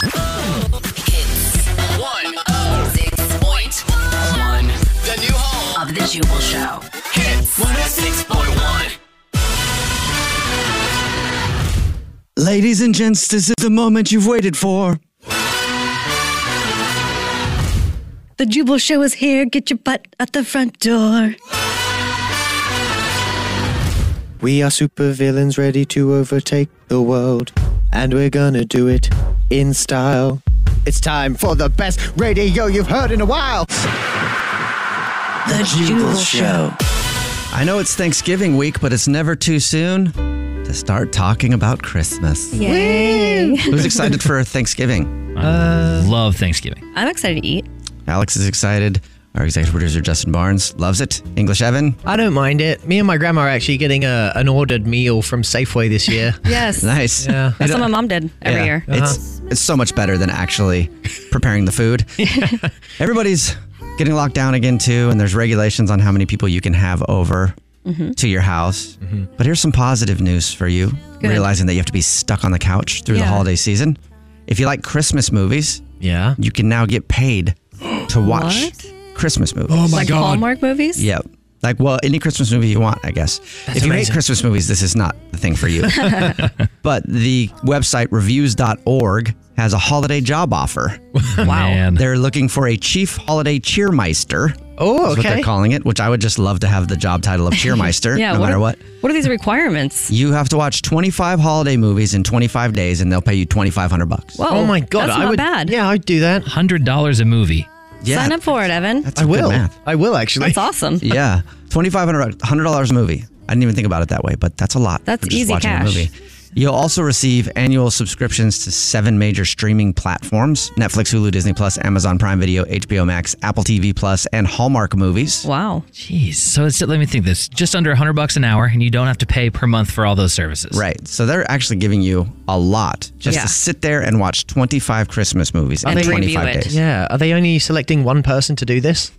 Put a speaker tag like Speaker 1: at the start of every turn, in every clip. Speaker 1: Hits 106.1. The new home of The Jubal Show. oh Hits 106.1.
Speaker 2: Ladies and gents, this is the moment you've waited for.
Speaker 3: The Jubal Show is here. Get your butt at the front door.
Speaker 2: We are supervillains ready to overtake the world, and we're gonna do it in style. It's time for the best radio you've heard in a while.
Speaker 3: The Jubal Show.
Speaker 4: I know it's Thanksgiving week, but it's never too soon to start talking about Christmas.
Speaker 3: Yay!
Speaker 4: Who's excited for Thanksgiving?
Speaker 5: Love Thanksgiving.
Speaker 3: I'm excited to eat.
Speaker 4: Alex is excited. Our executive producer, Justin Barnes, loves it. English Evan.
Speaker 6: I don't mind it. Me and my grandma are actually getting a, an ordered meal from Safeway this year. Uh-huh.
Speaker 3: Yes.
Speaker 4: Nice. Yeah.
Speaker 3: That's what my mom did every year.
Speaker 4: Uh-huh. It's, it's so much better than actually preparing the food. Everybody's getting locked down again, too, and there's regulations on how many people you can have over.
Speaker 3: Mm-hmm.
Speaker 4: To your house.
Speaker 5: Mm-hmm.
Speaker 4: But here's some positive news for you,
Speaker 3: Good.
Speaker 4: realizing that you have to be stuck on the couch through the
Speaker 3: Yeah.
Speaker 4: holiday season. If you like Christmas movies,
Speaker 5: Yeah.
Speaker 4: you can now get paid to watch
Speaker 3: What?
Speaker 4: Christmas movies.
Speaker 5: Oh
Speaker 3: like Hallmark movies?
Speaker 4: Yeah. Like, well, any Christmas movie you want, I guess. if you hate
Speaker 5: amazing.
Speaker 4: Christmas movies, this is not the thing for you. but the website reviews.org has a holiday job offer.
Speaker 5: Wow. Man.
Speaker 4: They're looking for a chief holiday cheermeister.
Speaker 6: Oh,
Speaker 4: Is what they're
Speaker 6: okay.
Speaker 4: calling it, which I would just love to have the job title of cheermeister, no matter
Speaker 3: are,
Speaker 4: what.
Speaker 3: What are these requirements?
Speaker 4: You have to watch 25 holiday movies in 25 days, and they'll pay you 2,500 bucks.
Speaker 3: Whoa.
Speaker 6: oh my god,
Speaker 3: That's
Speaker 6: I
Speaker 3: not
Speaker 6: would.
Speaker 3: bad.
Speaker 6: Yeah, I'd do that.
Speaker 5: Hundred dollars a movie.
Speaker 4: Yeah,
Speaker 3: Sign up for it, Evan.
Speaker 4: that's
Speaker 6: I
Speaker 4: good
Speaker 6: will.
Speaker 4: math.
Speaker 6: I will actually.
Speaker 3: That's awesome.
Speaker 4: Yeah, twenty five hundred hundred dollars a movie. I didn't even think about it that way, but that's a lot.
Speaker 3: That's
Speaker 4: for just
Speaker 3: easy
Speaker 4: watching
Speaker 3: cash.
Speaker 4: A movie. You'll also receive annual subscriptions to seven major streaming platforms: Netflix, Hulu, Disney Plus, Amazon Prime Video, HBO Max, Apple TV Plus, and Hallmark movies.
Speaker 3: Wow.
Speaker 5: Jeez. So it's, let me think this. Just under hundred bucks an hour, and you don't have to pay per month for all those services.
Speaker 4: Right, so they're actually giving you a lot just
Speaker 3: Yeah.
Speaker 4: to sit there and watch twenty five Christmas movies
Speaker 3: And
Speaker 4: in twenty
Speaker 3: review
Speaker 4: five
Speaker 3: it.
Speaker 4: days.
Speaker 6: yeah. Are they only selecting one person to do this?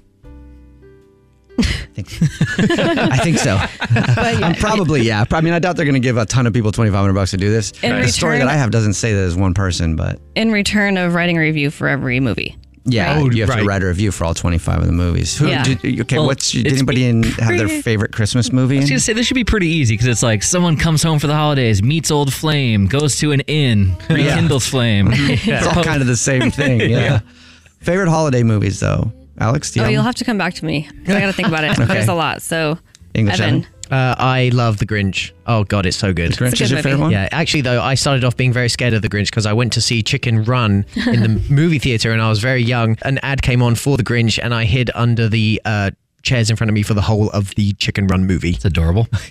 Speaker 4: I think so. I'm probably yeah. I mean, I doubt they're going to give a ton of people twenty five hundred bucks to do this.
Speaker 3: In
Speaker 4: the story
Speaker 3: return-
Speaker 4: that I have doesn't say that it's one person, but
Speaker 3: In return of writing a review for every movie.
Speaker 4: Yeah,
Speaker 5: Right. Oh,
Speaker 4: you have to
Speaker 5: right.
Speaker 4: write a review for all 25 of the movies. Who,
Speaker 3: Yeah.
Speaker 4: did, okay,
Speaker 5: Well,
Speaker 4: what's did
Speaker 5: it's
Speaker 4: anybody in have their
Speaker 5: pretty-
Speaker 4: favorite Christmas movie?
Speaker 5: I was
Speaker 4: in?
Speaker 5: gonna say this should be pretty easy because it's like someone comes home for the holidays, meets old flame, goes to an inn, rekindles flame.
Speaker 4: It's all kind of the same thing. Yeah. Favorite holiday movies though, Alex? Do you
Speaker 3: Oh,
Speaker 4: have
Speaker 3: you'll
Speaker 4: them?
Speaker 3: have to come back to me. 'cause I got to think about it. There's a lot. So,
Speaker 4: English
Speaker 3: Evan.
Speaker 4: Evan.
Speaker 6: Uh, I love the Grinch. Oh god, it's so good.
Speaker 4: Grinch
Speaker 3: a good
Speaker 4: is your favorite
Speaker 3: movie.
Speaker 4: one.
Speaker 6: Yeah, actually, though, I started off being very scared of the Grinch because I went to see Chicken Run in the movie theater and I was very young. An ad came on for the Grinch and I hid under the uh, chairs in front of me for the whole of the Chicken Run movie.
Speaker 5: It's adorable.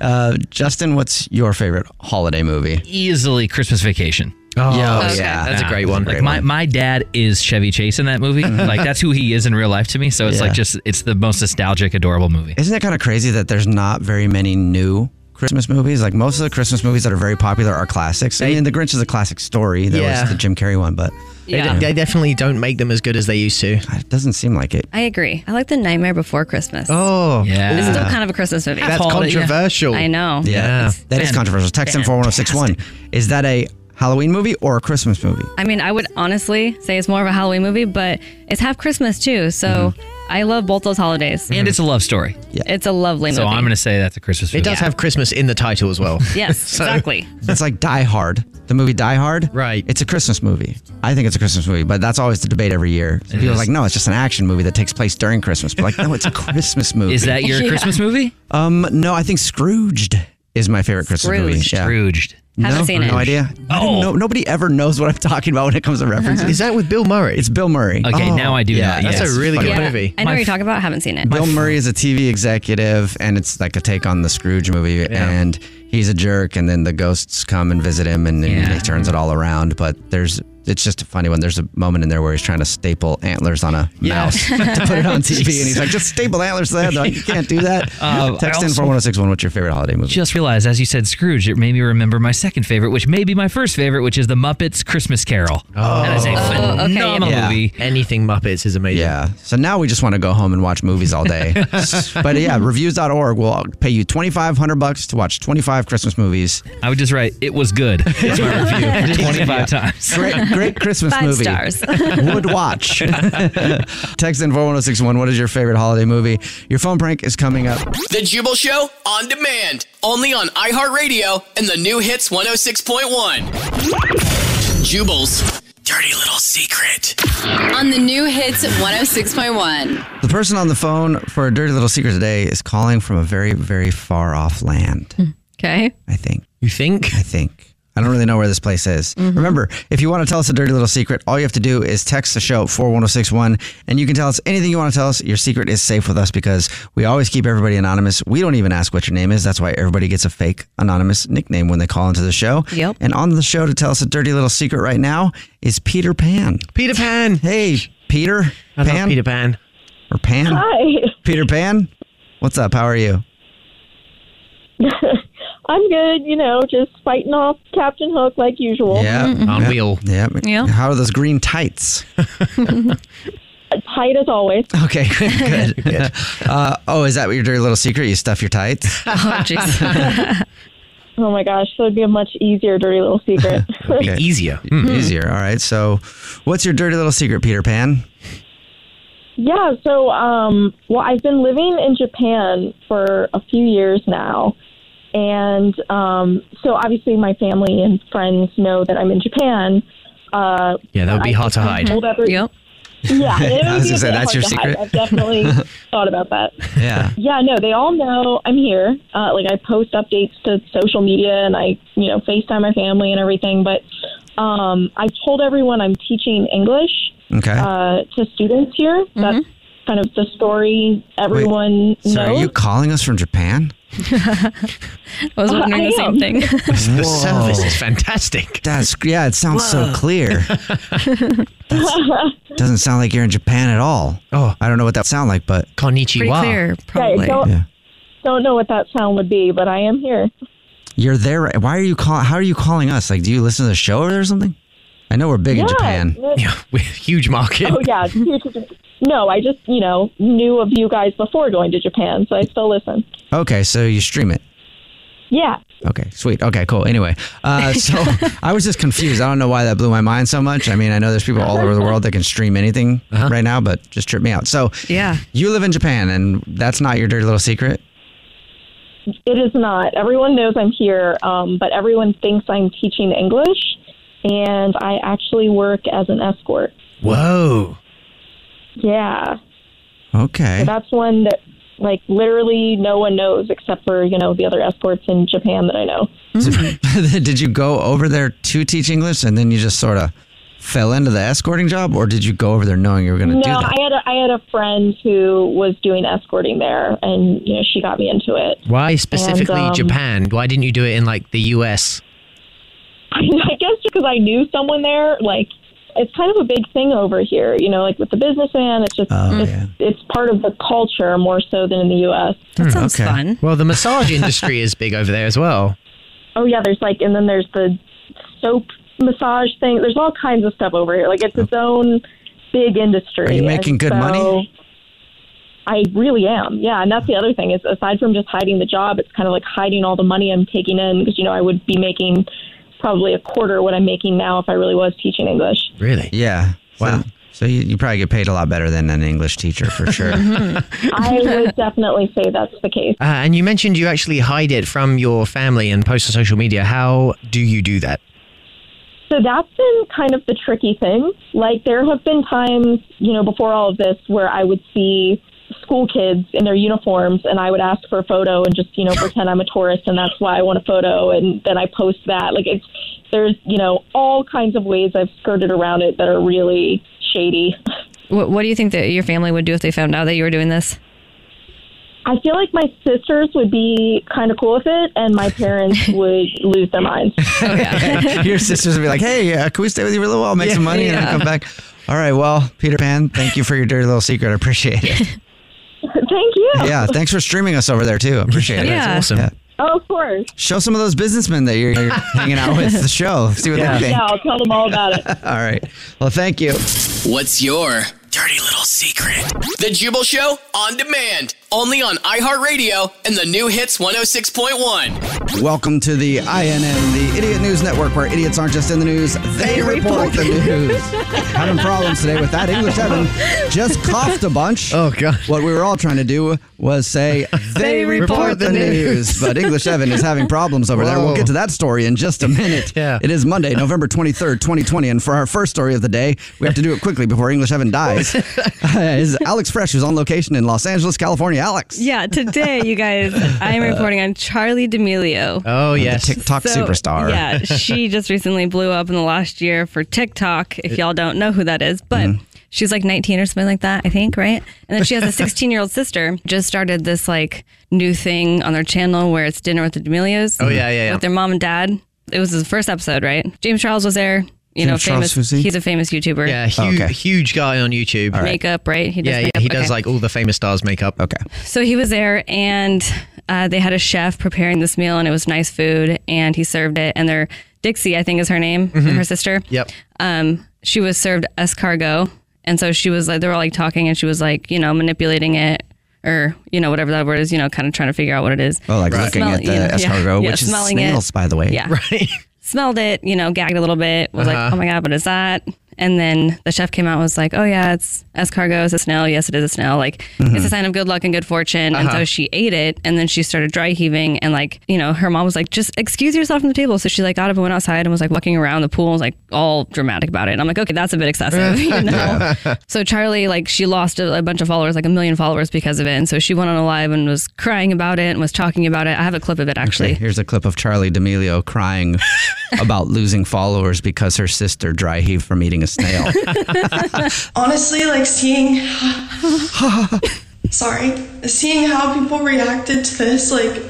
Speaker 4: Uh, Justin, what's your favorite holiday movie?
Speaker 5: Easily Christmas vacation.
Speaker 6: Oh,
Speaker 3: Okay.
Speaker 4: yeah,
Speaker 6: That's a great one.
Speaker 5: Like my, my dad is Chevy Chase in that movie. like that's who he is in real life to me. So it's
Speaker 4: Yeah.
Speaker 5: like just it's the most nostalgic, adorable movie.
Speaker 4: Isn't it kind of crazy that there's not very many new Christmas movies. Like most of the Christmas movies that are very popular are classics. I mean, The Grinch is a classic story. There
Speaker 6: Yeah.
Speaker 4: was the Jim Carrey one, but
Speaker 6: They, de- they definitely don't make them as good as they used to.
Speaker 4: it doesn't seem like it.
Speaker 7: I agree. I like the Nightmare Before Christmas.
Speaker 6: Oh,
Speaker 5: Yeah.
Speaker 7: It's still kind of a Christmas movie.
Speaker 6: that's
Speaker 5: called it, yeah.
Speaker 6: controversial.
Speaker 7: I know.
Speaker 4: Yeah,
Speaker 6: Yeah.
Speaker 4: that is controversial. Text in 41061. Is that a Halloween movie or a Christmas movie?
Speaker 7: I mean, I would honestly say it's more of a Halloween movie, but it's half Christmas too. So
Speaker 4: Mm-hmm.
Speaker 7: I love both those holidays.
Speaker 5: And it's a love story.
Speaker 7: It's a lovely
Speaker 5: So
Speaker 7: movie.
Speaker 5: I'm going to say that's a Christmas movie.
Speaker 6: It does have Christmas in the title as well.
Speaker 7: Yes, exactly.
Speaker 4: It's like Die Hard, the movie Die Hard.
Speaker 6: Right.
Speaker 4: It's a Christmas movie. I think it's a Christmas movie, but that's always the debate every year. People are
Speaker 5: is.
Speaker 4: like, no, it's just an action movie that takes place during Christmas. But like, no, it's a Christmas movie.
Speaker 5: Is that your Christmas movie?
Speaker 4: Um, no, I think Scrooged is my favorite Christmas movie.
Speaker 7: Scrooged.
Speaker 4: Yeah.
Speaker 5: Scrooged.
Speaker 7: Haven't
Speaker 4: no,
Speaker 7: seen it.
Speaker 4: No idea. I didn't
Speaker 5: Oh.
Speaker 4: know- nobody ever knows what I'm talking about when it comes to references.
Speaker 6: Is that with Bill Murray?
Speaker 4: It's Bill Murray.
Speaker 5: Okay,
Speaker 4: Oh,
Speaker 5: now I do
Speaker 4: yeah,
Speaker 5: not.
Speaker 6: that's
Speaker 5: yes.
Speaker 6: a really good
Speaker 7: Yeah.
Speaker 6: movie.
Speaker 7: I know
Speaker 5: My
Speaker 7: what you're
Speaker 5: f-
Speaker 7: talking about. Haven't seen it.
Speaker 4: Bill Murray is a TV executive, and it's like a take on the Scrooge movie, and he's a jerk, and then the ghosts come and visit him, and then
Speaker 5: Yeah.
Speaker 4: he turns it all around. But there's, it's just a funny one. There's a moment in there where he's trying to staple antlers on a mouse to put it on TV, and he's like, "Just staple antlers to that." They're like, you can't do that.
Speaker 5: Uh, I
Speaker 4: Text in
Speaker 5: also-
Speaker 4: four one zero six one. What's your favorite holiday movie?
Speaker 5: Just realized, as you said, Scrooge, it made me remember my second favorite, which may be my first favorite, which is The Muppets Christmas Carol. Oh, that is a phenomenal
Speaker 4: Yeah.
Speaker 5: movie.
Speaker 6: Anything Muppets is amazing.
Speaker 4: Yeah. So now we just want to go home and watch movies all day. but yeah, reviews.org will pay you 2500 bucks to watch 25 Christmas movies.
Speaker 5: I would just write, it was good. That's my review 25 times.
Speaker 4: Great, great Christmas
Speaker 7: Five
Speaker 4: movie.
Speaker 7: stars.
Speaker 4: Would watch. Text in 41061. What is your favorite holiday movie? Your phone prank is coming up.
Speaker 1: The Jubal Show on demand, only on iHeartRadio and the new hits 106.1. Jubal's Dirty Little Secret.
Speaker 8: On the new hits 106.1.
Speaker 4: The person on the phone for a dirty little secret today is calling from a very, very far off land,
Speaker 7: Okay.
Speaker 4: I think.
Speaker 6: You think? Mm-hmm.
Speaker 4: I think. I don't really know where this place is. Remember, if you want to tell us a dirty little secret, all you have to do is text the show 41061 and you can tell us anything you want to tell us. Your secret is safe with us because we always keep everybody anonymous. We don't even ask what your name is. That's why everybody gets a fake anonymous nickname when they call into the show.
Speaker 7: Yep.
Speaker 4: And on the show to tell us a dirty little secret right now is Peter Pan.
Speaker 6: Peter Pan.
Speaker 4: Hey, Peter
Speaker 6: I
Speaker 4: Pan
Speaker 6: love Peter Pan.
Speaker 4: or Pan?
Speaker 9: Hi.
Speaker 4: Peter Pan. What's up? How are you?
Speaker 9: I'm good, you know, just fighting off Captain Hook like usual.
Speaker 6: On
Speaker 7: Mm-hmm.
Speaker 4: Yep.
Speaker 6: wheel.
Speaker 4: Mm-hmm. Yep.
Speaker 7: Yeah.
Speaker 4: How are those green tights?
Speaker 9: Tight as always.
Speaker 4: Okay, good. good. Uh, oh, is that your dirty little secret? You stuff your tights?
Speaker 7: Oh, jeez.
Speaker 9: Oh my gosh, that would be a much easier dirty little secret.
Speaker 6: Be
Speaker 4: Okay.
Speaker 6: easier. Mm-hmm.
Speaker 7: Mm-hmm.
Speaker 4: Easier. Mm, All right. So, what's your dirty little secret, Peter Pan?
Speaker 9: yeah, so um well I've been living in Japan for a few years now. And um so obviously my family and friends know that I'm in Japan. Uh
Speaker 6: Yeah, that would be hard to hide.
Speaker 9: told every-
Speaker 7: yep.
Speaker 9: Yeah, it
Speaker 4: I
Speaker 9: would
Speaker 4: was
Speaker 9: be
Speaker 4: gonna
Speaker 9: a
Speaker 4: say,
Speaker 9: bit
Speaker 4: that's
Speaker 9: hard
Speaker 4: your
Speaker 9: to hide.
Speaker 4: secret?
Speaker 9: I've definitely thought about that.
Speaker 4: Yeah.
Speaker 9: Yeah, no, they all know I'm here. Uh, like I post updates to social media and I, you know, FaceTime my family and everything. But um, I told everyone I'm teaching English
Speaker 4: Okay.
Speaker 9: uh, to students here.
Speaker 7: Mm-hmm.
Speaker 9: That's kind of the story everyone knows.
Speaker 4: so, are you calling us from Japan?
Speaker 7: I was wondering
Speaker 9: I
Speaker 7: the
Speaker 9: am.
Speaker 7: same thing.
Speaker 6: The service is fantastic.
Speaker 4: That's yeah. It sounds so clear. That's- doesn't sound like you're in Japan at all.
Speaker 6: Oh.
Speaker 4: I don't know what that sound like, but
Speaker 7: Pretty
Speaker 6: Konnichiwa.
Speaker 7: clear,
Speaker 9: Okay,
Speaker 7: probably.
Speaker 9: don't,
Speaker 4: Yeah.
Speaker 9: don't know what that sound would be, but I am here.
Speaker 4: you're there. right- Why are you calling? How are you calling us? Like, do you listen to the show or something? I know we're big in
Speaker 9: Yeah,
Speaker 4: Japan.
Speaker 9: no-
Speaker 6: Yeah, we're huge market.
Speaker 9: Oh yeah. No, I just you know knew of you guys before going to Japan, so I still listen.
Speaker 4: Okay, so you stream it.
Speaker 9: Yeah,
Speaker 4: Okay, sweet. Okay, cool. Anyway, uh, so I was just confused. I don't know why that blew my mind so much. I mean, I know there's people all over the world that can stream anything
Speaker 6: Uh-huh.
Speaker 4: right now, but just trip me out. So,
Speaker 7: Yeah.
Speaker 4: you live in Japan, and that's not your dirty little secret.
Speaker 9: It is not. Everyone knows I'm here, um, but everyone thinks I'm teaching English, and I actually work as an escort.
Speaker 6: Whoa.
Speaker 9: Yeah,
Speaker 4: Okay.
Speaker 9: so that's one that like literally no one knows except for you know the other escorts in Japan that I know. Mm-hmm.
Speaker 4: did you go over there to teach English, and then you just sort of fell into the escorting job, or did you go over there knowing you were going to
Speaker 9: No,
Speaker 4: do that?
Speaker 9: I had a, I had a friend who was doing escorting there, and you know she got me into it.
Speaker 6: Why specifically
Speaker 9: um,
Speaker 6: Japan? Why didn't you do it in like the US?
Speaker 9: I guess because I knew someone there, like it's kind of a big thing over here. You know, like with the businessman, it's just
Speaker 4: Oh,
Speaker 9: it's, it's part of the culture more so than in the U.S.
Speaker 4: Hmm,
Speaker 6: That sounds fun. Well, the massage industry is big over there as well.
Speaker 9: Oh yeah, there's like, and then there's the soap massage thing. There's all kinds of stuff over here. Like it's its own big industry.
Speaker 4: Are you making
Speaker 9: And
Speaker 4: good
Speaker 9: so-
Speaker 4: money?
Speaker 9: I really am. Yeah, and that's the other thing is aside from just hiding the job, it's kind of like hiding all the money I'm taking in because you know I would be making probably a quarter what I'm making now if I really was teaching English.
Speaker 6: Really?
Speaker 4: Yeah. Wow. So, so you, you probably get paid a lot better than an English teacher for sure.
Speaker 7: Mm-hmm.
Speaker 9: I would definitely say that's the case.
Speaker 6: Uh, and you mentioned you actually hide it from your family and post on social media. How do you do that?
Speaker 9: So that's been kind of the tricky thing. Like there have been times, you know, before all of this where I would see school kids in their uniforms and I would ask for a photo and just, you know, pretend I'm a tourist and that's why I want a photo and then I post that. Like it's there's, you know, all kinds of ways I've skirted around it that are really shady.
Speaker 7: What, what do you think that your family would do if they found out that you were doing this?
Speaker 9: I feel like my sisters would be kind of cool with it and my parents would lose their minds.
Speaker 4: Your sisters would be like, "Hey, uh, can we stay with you for a little while, make some money, and
Speaker 9: Yeah.
Speaker 4: then come back?" All right. Well, Peter Pan, thank you for your dirty little secret. I appreciate it.
Speaker 9: Thank you.
Speaker 4: yeah. Thanks for streaming us over there too. I Appreciate it.
Speaker 9: Yeah. That's awesome. Oh, of course.
Speaker 4: Show some of those businessmen that you're, you're hanging out with the show. See what they think.
Speaker 9: Yeah, I'll tell them all about it.
Speaker 4: All right. Well, thank you.
Speaker 1: What's your dirty little secret? The Jubal Show on demand, only on iHeartRadio and the new hits 106.1.
Speaker 4: Welcome to the INN, the Idiot News Network, where idiots aren't just in the news, they, report the news. Having problems today with that. English Evan just coughed a bunch. Oh, God. What we were all trying to do was say, they, report, the, news. But English Evan is having problems over there. We'll
Speaker 6: Whoa.
Speaker 4: get to that story in just a minute. yeah. It is Monday, November 23rd, 2020. And for our first story of the day, we have to do it quickly before English Evan dies. is Alex Fresh, who's on location in Los Angeles, California. Alex.
Speaker 7: Yeah, today, you guys, I am reporting on Charlie D'Amelio.
Speaker 6: Uh, Oh, yes.
Speaker 4: TikTok
Speaker 7: So,
Speaker 4: superstar.
Speaker 7: Yeah, she just recently blew up in the last year for TikTok, if y'all don't know who that is. But
Speaker 6: Mm-hmm.
Speaker 7: she's like 19 or something like that, I think, right? And then she has a 16 year old sister, just started this like new thing on their channel where it's dinner with the D'Amelios.
Speaker 6: Oh, yeah, yeah, yeah.
Speaker 7: With their mom and dad. It was his first episode, right? James Charles was there. You know,
Speaker 6: James Charles,
Speaker 7: famous.
Speaker 6: was he?
Speaker 7: He's a famous YouTuber.
Speaker 6: Yeah,
Speaker 4: Oh,
Speaker 6: huge, huge guy on YouTube.
Speaker 7: Makeup, right? He does
Speaker 6: yeah,
Speaker 7: makeup,
Speaker 6: yeah, he does
Speaker 7: okay.
Speaker 6: like all the famous stars' makeup.
Speaker 4: Okay.
Speaker 7: So he was there, and uh, they had a chef preparing this meal, and it was nice food, and he served it. And their Dixie, I think, is her name,
Speaker 4: Mm-hmm.
Speaker 6: Mhm.
Speaker 7: her sister.
Speaker 6: Yep.
Speaker 7: Um, she was served escargot, and so she was like, they were like talking, and she was like, you know, manipulating it. Or you know whatever that word is, you know, kind of trying to figure out what it is.
Speaker 4: Oh, like
Speaker 7: Smell-
Speaker 4: looking at the
Speaker 7: you know, yeah,
Speaker 4: escargot,
Speaker 7: yeah,
Speaker 4: which is
Speaker 7: smelling it.
Speaker 4: snails, by the way.
Speaker 7: Yeah, right. Smelled it, you know, gagged a little bit. Was like,
Speaker 4: Uh-huh.
Speaker 7: oh my god, what is that? And then the chef came out and was like, oh yeah, it's escargot, it's a snail. Yes, it is a snail. Like it's
Speaker 10: Mhm.
Speaker 7: a sign of good luck and good fortune. And
Speaker 10: Uh-huh.
Speaker 7: so she ate it, and then she started dry heaving, and like you know, her mom was like, just excuse yourself from the table. So she like got up and went outside and was like walking around the pool, and was like all dramatic about it. And I'm like, okay, that's a bit excessive. you know? So Charlie, like, she lost a, a bunch of followers, like a million followers because of it. And so she went on a live and was crying about it and was talking about it. I have a clip of it actually.
Speaker 4: Okay, here's a clip of Charlie D'Amelio crying about losing followers because her sister dry heaved from eating a snail.
Speaker 11: Honestly, like seeing. sorry. Seeing how people reacted to this, like,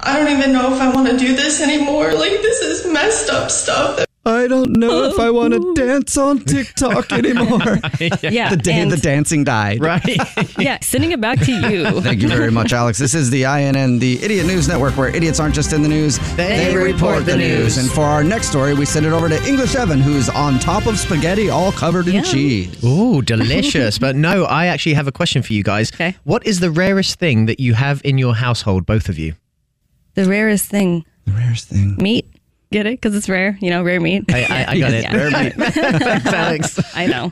Speaker 11: I don't even know if I want to do this anymore. Like, this is messed up stuff.
Speaker 4: I don't know if I want to dance on TikTok anymore.
Speaker 7: Oh. Yeah,
Speaker 4: the day
Speaker 7: and-
Speaker 4: the dancing died. Right.
Speaker 7: yeah, sending it back to you.
Speaker 4: Thank you very much, Alex. This is the INN, the Idiot News Network, where idiots aren't just in the news,
Speaker 7: They report the news.
Speaker 4: And for our next story, we send it over to English Evan, who's on top of spaghetti, all covered in cheese.
Speaker 6: Oh, delicious. but no, I actually have a question for you guys. Okay. What is the rarest thing that you have in your household, both of you?
Speaker 7: The rarest thing.
Speaker 4: The rarest thing.
Speaker 7: Meat. Get it? Because it's rare. You know, rare meat.
Speaker 6: I- I- I got it. Rare meat. Thanks, Alex.
Speaker 7: I know.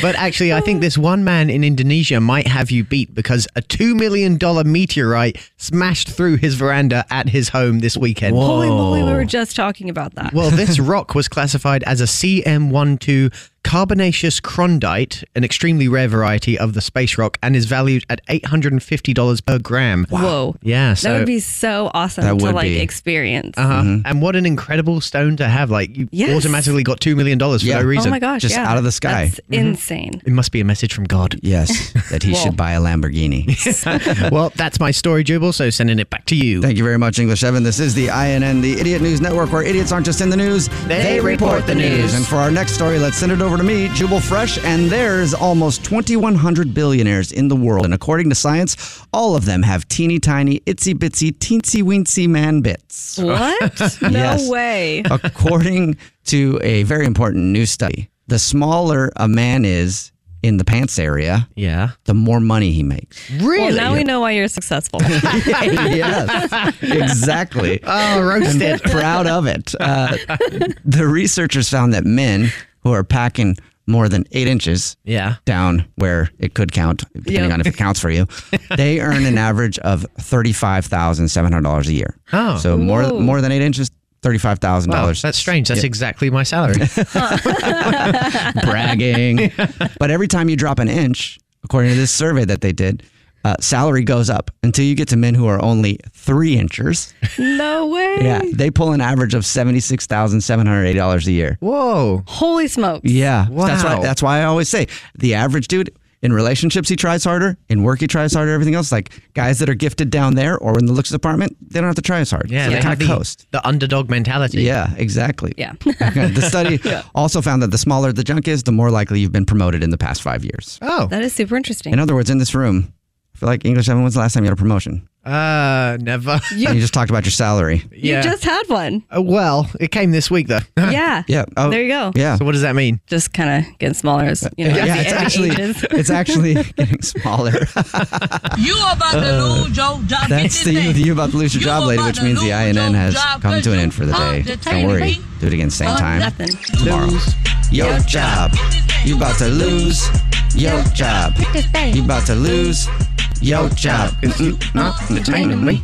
Speaker 6: but actually, I think this one man in Indonesia might have you beat because a $2 million meteorite smashed through his veranda at his home this weekend.
Speaker 7: Holy moly, we were just talking about that.
Speaker 6: Well, this rock was classified as a CM12 carbonaceous crondite, an extremely rare variety of the space rock, and is valued at $850 per gram.
Speaker 7: Whoa.
Speaker 6: Yeah. So
Speaker 7: that would be so awesome
Speaker 6: That
Speaker 7: to
Speaker 6: would
Speaker 7: like
Speaker 6: be.
Speaker 7: experience.
Speaker 6: Uh-huh. And what an incredible stone to have. Like, you
Speaker 7: Yes.
Speaker 6: automatically got $2 million for
Speaker 7: Yeah.
Speaker 6: no
Speaker 7: Oh
Speaker 6: reason.
Speaker 7: my gosh, Just yeah. out of the sky. Mm-hmm. That's
Speaker 6: Mhm.
Speaker 7: insane.
Speaker 6: It must be a message from God.
Speaker 4: Yes, that he
Speaker 7: Whoa.
Speaker 4: should buy a Lamborghini.
Speaker 6: well, that's my story, Jubal, so sending it back to you.
Speaker 4: Thank you very much, English Evan. This is the INN, the Idiot News Network, where idiots aren't just in the news,
Speaker 6: They report the news.
Speaker 4: And for our next story, let's send it over to me, Jubal Fresh. And there's almost 2,100 billionaires in the world. And according to science, all of them have teeny tiny, itsy bitsy, teensy weensy man bits.
Speaker 7: What? No
Speaker 4: Yes.
Speaker 7: way.
Speaker 4: According to a very important new study, the smaller a man is in the pants area,
Speaker 6: yeah,
Speaker 4: the more money he makes.
Speaker 7: Well, now we know why you're successful.
Speaker 4: yes. Exactly.
Speaker 6: Oh,
Speaker 4: And
Speaker 6: roasted.
Speaker 4: proud of it. Uh, the researchers found that men who are packing more than eight inches
Speaker 6: yeah.
Speaker 4: down where it could count, depending
Speaker 6: Yep.
Speaker 4: on if it counts for you, they earn an average of $35,700 a year.
Speaker 6: Oh.
Speaker 4: So more,
Speaker 6: Whoa.
Speaker 4: more than eight inches, $35,000.
Speaker 6: Wow, that's strange. That's
Speaker 4: Yep.
Speaker 6: exactly my salary.
Speaker 4: bragging. but every time you drop an inch, according to this survey that they did, uh, salary goes up until you get to men who are only three inchers.
Speaker 7: no way.
Speaker 4: Yeah, they pull an average of seventy six thousand seven hundred eight dollars a year.
Speaker 6: Whoa!
Speaker 7: Holy smokes.
Speaker 4: Yeah, that's why.
Speaker 7: Wow.
Speaker 4: That's why I always say the average dude in relationships he tries harder, in work he tries harder, everything else. Like guys that are gifted down there or in the looks department, they don't have to try as hard.
Speaker 6: Yeah,
Speaker 4: so they,
Speaker 6: they
Speaker 4: kind
Speaker 6: have
Speaker 4: of
Speaker 6: the-
Speaker 4: coast.
Speaker 6: The underdog mentality.
Speaker 4: Yeah, exactly.
Speaker 7: Yeah.
Speaker 4: the study also found that the smaller the junk is, the more likely you've been promoted in the past five years.
Speaker 6: Oh.
Speaker 7: That is super interesting.
Speaker 4: In other words, in this room, I feel like English Evan, when's the last time you had a promotion?
Speaker 6: Uh, never.
Speaker 4: You, you just talked about your salary.
Speaker 7: You just had one.
Speaker 6: Uh, well, it came this week though.
Speaker 7: Yeah.
Speaker 4: Yeah. Oh,
Speaker 7: there you go.
Speaker 4: Yeah.
Speaker 6: So what does that mean?
Speaker 7: Just kind of getting smaller. As, you know,
Speaker 4: Yeah,
Speaker 7: as the
Speaker 4: it's
Speaker 7: enemy
Speaker 4: actually-
Speaker 7: ages.
Speaker 4: it's actually getting smaller.
Speaker 10: You about to
Speaker 4: Uh,
Speaker 10: lose your job.
Speaker 4: That's the
Speaker 10: today.
Speaker 4: you about to lose your job, lady, which means the INN has come to an end for the day. Don't worry. Do it again same
Speaker 10: Oh,
Speaker 4: time
Speaker 10: nothing.
Speaker 4: tomorrow. Your job. You about to lose your job. You about to lose your job. Not entertaining me.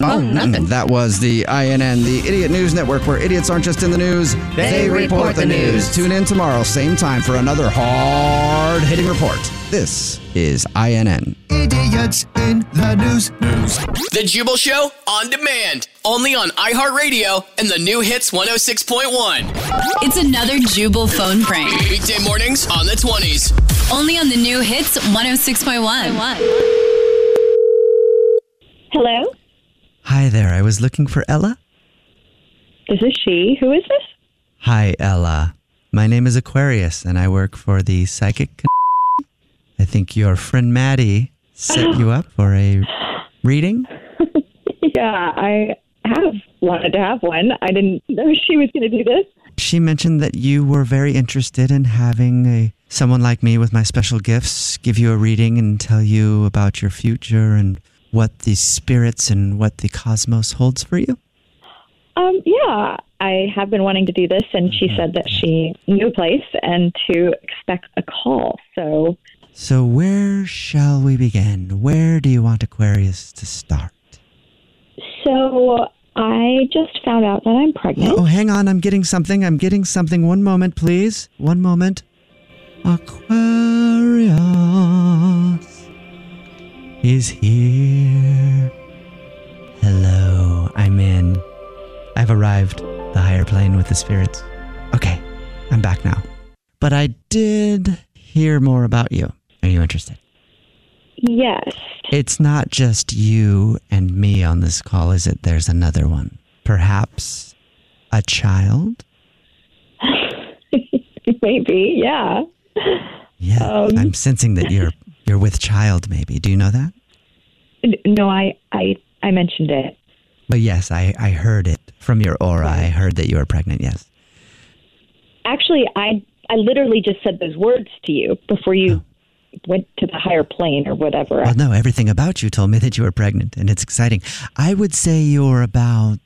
Speaker 4: Oh, nothing. That was the INN, the Idiot News Network, where idiots aren't just in the news,
Speaker 6: They report the news.
Speaker 4: Tune in tomorrow, same time, for another hard hitting report. This is INN.
Speaker 1: Idiots in the news. News. The Jubal Show on demand, only on iHeartRadio and the new hits 106.1.
Speaker 8: It's another Jubal phone prank.
Speaker 1: Weekday mornings on the 20s.
Speaker 8: Only on the new hits 106.1.
Speaker 12: Hello,
Speaker 4: Hi there. I was looking for Ella.
Speaker 12: this is she. Who is this?
Speaker 4: Hi, Ella. My name is Aquarius, and I work for the Psychic. Con- I think your friend Maddie set you up for a reading.
Speaker 12: Yeah, I have wanted to have one. I didn't know she was going to do this.
Speaker 4: She mentioned that you were very interested in having a someone like me with my special gifts give you a reading and tell you about your future and what the spirits and what the cosmos holds for you.
Speaker 12: Um, yeah, I have been wanting to do this, and she said that she knew a place and to expect a call. So,
Speaker 4: So, where shall we begin? Where do you want Aquarius to start?
Speaker 12: so I just found out that I'm pregnant.
Speaker 4: Oh, hang on. I'm getting something. I'm getting something. One moment, please. One moment. Aquarius is here. Hello. I'm in. I've arrived. The higher plane with the spirits. Okay. I'm back now. But I did hear more about you. Are you interested?
Speaker 12: Yes.
Speaker 4: It's not just you and me on this call, is it? There's another one. Perhaps a child?
Speaker 12: Maybe. Yeah.
Speaker 4: Yeah. I'm sensing that you're you're with child maybe. Do you know that?
Speaker 12: N- No, I, I, I mentioned it.
Speaker 4: But yes, I, I heard it from your aura. I heard that you were pregnant, yes.
Speaker 12: Actually, I, I literally just said those words to you before you went to the higher plane or whatever.
Speaker 4: Well no, everything about you told me that you were pregnant and it's exciting. I would say you're about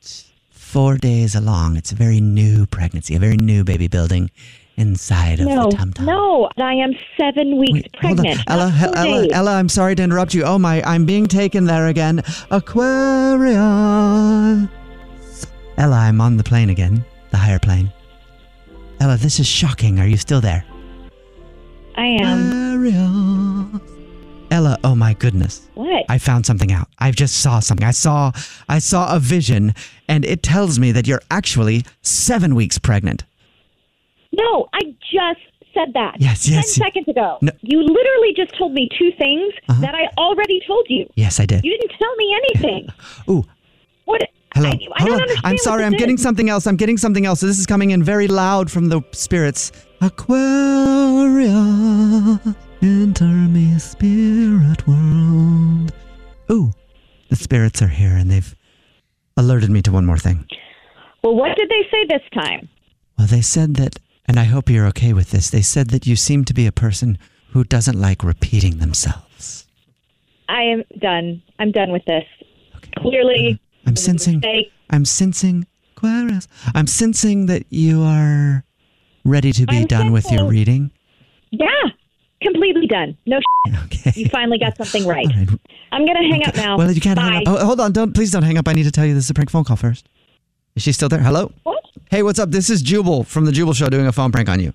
Speaker 4: four days along. It's a very new pregnancy, a very new baby building inside of
Speaker 12: No,
Speaker 4: the tum
Speaker 12: no, I am seven weeks pregnant.
Speaker 4: Ella,
Speaker 12: not
Speaker 4: he-
Speaker 12: four
Speaker 4: Ella,
Speaker 12: days.
Speaker 4: Ella, I'm sorry to interrupt you. Oh my, I'm being taken there again. Aquarius. Ella, I'm on the plane again, the higher plane. Ella, this is shocking. Are you still there?
Speaker 12: am.
Speaker 4: Ella, oh my goodness.
Speaker 12: What?
Speaker 4: I found something out. I just saw something. I saw I saw a vision and it tells me that you're actually 7 weeks pregnant.
Speaker 12: No, I just said that.
Speaker 4: Yes, yes,
Speaker 12: Ten seconds ago.
Speaker 4: No. Uh-huh.
Speaker 12: You literally just told me two things that I already told you.
Speaker 4: Yes, I did.
Speaker 12: You didn't tell me anything.
Speaker 4: Ooh.
Speaker 12: What?
Speaker 4: Hello.
Speaker 12: I, I
Speaker 4: Hold
Speaker 12: don't
Speaker 4: on.
Speaker 12: understand.
Speaker 4: I'm
Speaker 12: what
Speaker 4: sorry.
Speaker 12: this
Speaker 4: I'm
Speaker 12: is.
Speaker 4: getting something else. I'm getting something else. This is coming in very loud from the spirits. Aquaria, enter me, spirit world. Ooh, the spirits are here and they've alerted me to one more thing.
Speaker 12: Well, what did they say this time?
Speaker 4: Well, they said that, and I hope you're okay with this, they said that you seem to be a person who doesn't like repeating themselves.
Speaker 12: I am done. I'm done with this. Clearly,
Speaker 4: Uh-huh. I'm sensing,
Speaker 12: mistake.
Speaker 4: I'm sensing, Aquarius, I'm sensing that you are ready to be
Speaker 12: I'm
Speaker 4: done with your
Speaker 12: sensing-
Speaker 4: reading.
Speaker 12: Yeah, completely done. No. Okay. You finally got something right. I'm gonna hang up now.
Speaker 4: Well, you can't
Speaker 12: Bye.
Speaker 4: hang up. Oh, hold on. Don't please don't hang up. I need to tell you this is a prank phone call first. Is she still there? Hello.
Speaker 12: What?
Speaker 4: Hey, what's up? This is Jubal from the Jubal Show doing a phone prank on you.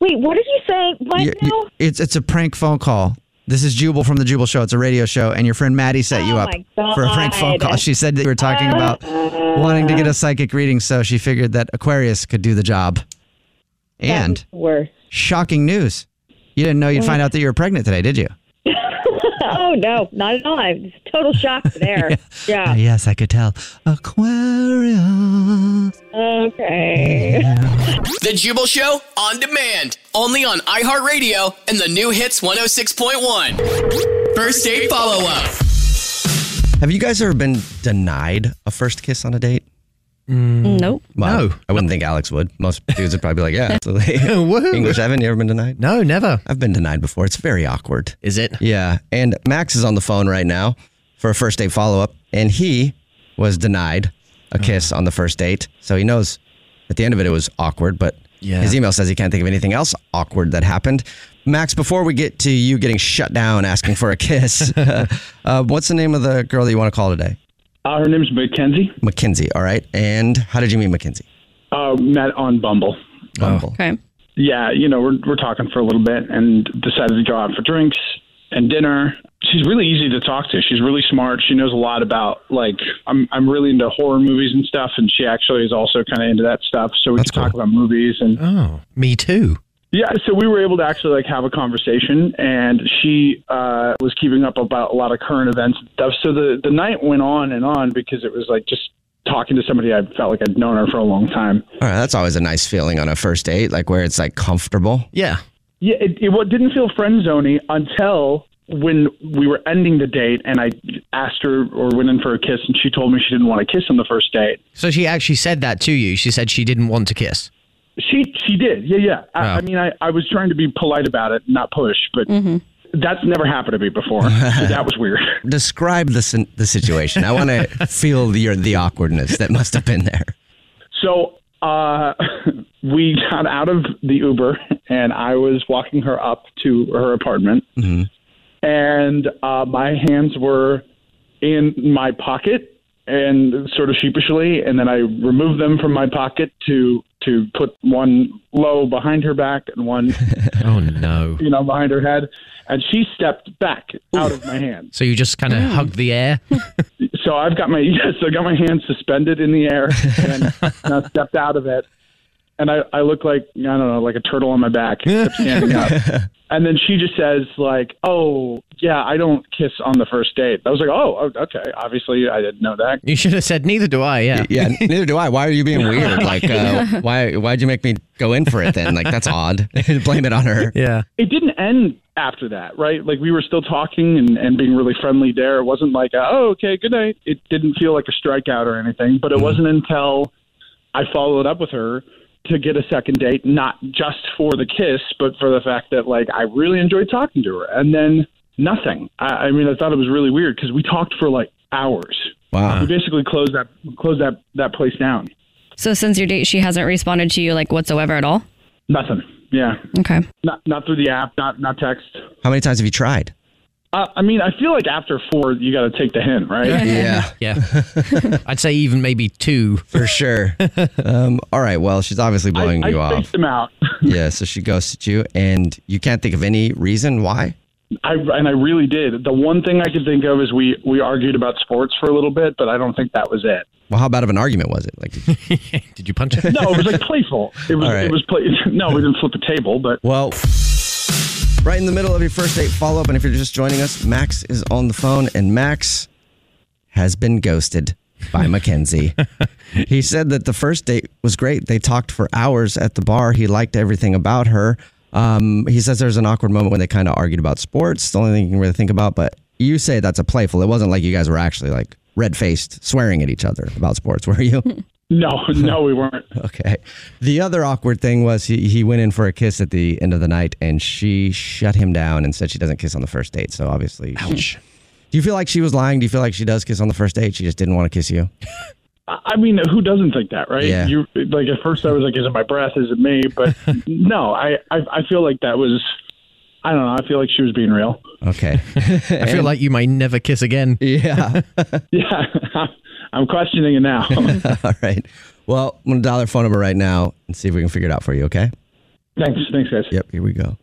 Speaker 12: Wait, what did you say? What
Speaker 4: You-
Speaker 12: now?
Speaker 4: you- it's it's a prank phone call. This is Jubal from the Jubal Show. It's a radio show, and your friend Maddie set you
Speaker 12: Oh
Speaker 4: up
Speaker 12: my
Speaker 4: for a prank phone
Speaker 12: God. Uh,
Speaker 4: call. She said that you were talking about wanting to get a psychic reading, so she figured that Aquarius could do the job. And
Speaker 12: worse.
Speaker 4: shocking news! You didn't know you'd find out that you were pregnant today, did you?
Speaker 12: oh no, not at all. I was total shock there.
Speaker 4: Ah,
Speaker 12: yeah.
Speaker 4: yes, I could tell. Aquarius.
Speaker 12: Okay.
Speaker 1: The Jubal Show on demand, only on iHeartRadio and the new hits 106.1. First date follow up.
Speaker 4: Have you guys ever been denied a first kiss on a date?
Speaker 7: Nope.
Speaker 4: Well, Mm. no. I wouldn't think Alex would. Most dudes would probably be like, yeah, absolutely. English Evan, you ever been denied? No, never. I've been denied before. It's very awkward. Is it? Yeah. And Max is on the phone right now for a first date follow up, and he was denied a kiss on the first date. So he knows at the end of it, it was awkward, but
Speaker 6: Yeah.
Speaker 4: his email says he can't think of anything else awkward that happened. Max, before we get to you getting shut down asking for a kiss, uh, what's the name of the girl that you want to call today?
Speaker 13: Uh, her name's Mackenzie.
Speaker 4: Mackenzie, all right. And how did you meet Mackenzie?
Speaker 13: Uh, met on Bumble.
Speaker 4: Bumble.
Speaker 7: Okay.
Speaker 13: Yeah, you know, we're we're talking for a little bit and decided to go out for drinks and dinner. She's really easy to talk to. She's really smart. She knows a lot about like I'm I'm really into horror movies and stuff and she actually is also kind of into that stuff. So we could talk about movies and
Speaker 6: Oh, me too.
Speaker 13: Yeah, so we were able to actually like have a conversation, and she uh, was keeping up about a lot of current events and stuff. So the the night went on and on because it was like just talking to somebody I felt like I'd known her for a long time.
Speaker 4: All right, that's always a nice feeling on a first date, like where it's like comfortable.
Speaker 13: Yeah, yeah. It, it wa- didn't feel friend zoney until when we were ending the date, and I asked her or went in for a kiss, and she told me she didn't want to kiss on the first date.
Speaker 6: So she actually said that to you. She said she didn't want to kiss.
Speaker 13: She she did. Yeah, yeah. I, I mean, I, I was trying to be polite about it, not push, but that's never happened to me before. so that was weird.
Speaker 4: Describe the sin- the situation. I want to feel the your, the awkwardness that must have been there.
Speaker 13: So uh, we got out of the Uber, and I was walking her up to her apartment,
Speaker 4: Mm-hmm.
Speaker 13: and uh, my hands were in my pocket, and sort of sheepishly, and then I removed them from my pocket to to put one low behind her back and one,
Speaker 6: Oh no.
Speaker 13: you know, behind her head, and she stepped back out of my hand.
Speaker 6: So you just kind
Speaker 4: Mm.
Speaker 6: of hugged the air.
Speaker 13: So I've got my yes, I got my hands suspended in the air and, and I stepped out of it, and I, I look like I don't know, like a turtle on my back, except standing up. And then she just says like, "Oh yeah, I don't kiss on the first date." I was like, "Oh o- okay, obviously I didn't know that."
Speaker 6: You should have said neither do I. Yeah.
Speaker 4: Yeah, neither do I. Why are you being weird? Like, uh, why why'd you make me go in for it then? Like, that's odd. Blame it on her.
Speaker 6: Yeah.
Speaker 13: It didn't end after that, right? Like we were still talking and, and being really friendly there. It wasn't like, a, "Oh okay, good night." It didn't feel like a strikeout or anything. But it wasn't until I followed up with her to get a second date, not just for the kiss, but for the fact that like I really enjoyed talking to her. And then nothing. I, I mean, I thought it was really weird because we talked for like hours.
Speaker 4: Wow.
Speaker 13: We basically closed that closed that that place down.
Speaker 7: So since your date, she hasn't responded to you like whatsoever at all.
Speaker 13: Nothing. Yeah.
Speaker 7: Okay.
Speaker 13: Not not through the app. Not not text.
Speaker 4: How many times have you tried?
Speaker 13: I, I mean, I feel like after four, you got to take the hint, right?
Speaker 6: Yeah. I'd say even maybe two.
Speaker 4: For sure. um, all right. Well, she's obviously blowing
Speaker 13: I
Speaker 4: you
Speaker 13: spaced
Speaker 4: off.
Speaker 13: them out.
Speaker 4: yeah. So she ghosted you, and you can't think of any reason why.
Speaker 13: I and I really did. The one thing I could think of is we we argued about sports for a little bit, but I don't think that was it.
Speaker 4: Well, how bad of an argument was it? Like, did you, did you punch her?
Speaker 13: No, it was like playful. It was
Speaker 4: All right.
Speaker 13: it was play. No, we didn't flip the table, but
Speaker 4: well. Right in the middle of your first date follow up, and if you're just joining us, Max is on the phone, and Max has been ghosted by Mackenzie. he said that the first date was great. They talked for hours at the bar. He liked everything about her. Um, he says there's an awkward moment when they kind of argued about sports. The only thing you can really think about, but you say that's a playful. It wasn't like you guys were actually like red faced swearing at each other about sports, were you?
Speaker 13: no, no, we weren't.
Speaker 4: Okay. The other awkward thing was he, he went in for a kiss at the end of the night and she shut him down and said she doesn't kiss on the first date. So obviously. Ouch. Do you feel like she was lying? Do you feel like she does kiss on the first date? She just didn't want to kiss you?
Speaker 13: I I mean, who doesn't think that, right?
Speaker 4: Yeah.
Speaker 13: You like at first I was like, is it my breath? Is it me? But no, I, I I feel like that was. I don't know. I feel like she was being real.
Speaker 4: Okay.
Speaker 6: I feel like you might never kiss again.
Speaker 4: Yeah.
Speaker 13: yeah. I'm questioning it now.
Speaker 4: All right. Well, I'm going to dial her phone number right now and see if we can figure it out for you, okay?
Speaker 13: Thanks. Thanks, guys.
Speaker 4: Yep. Here we go.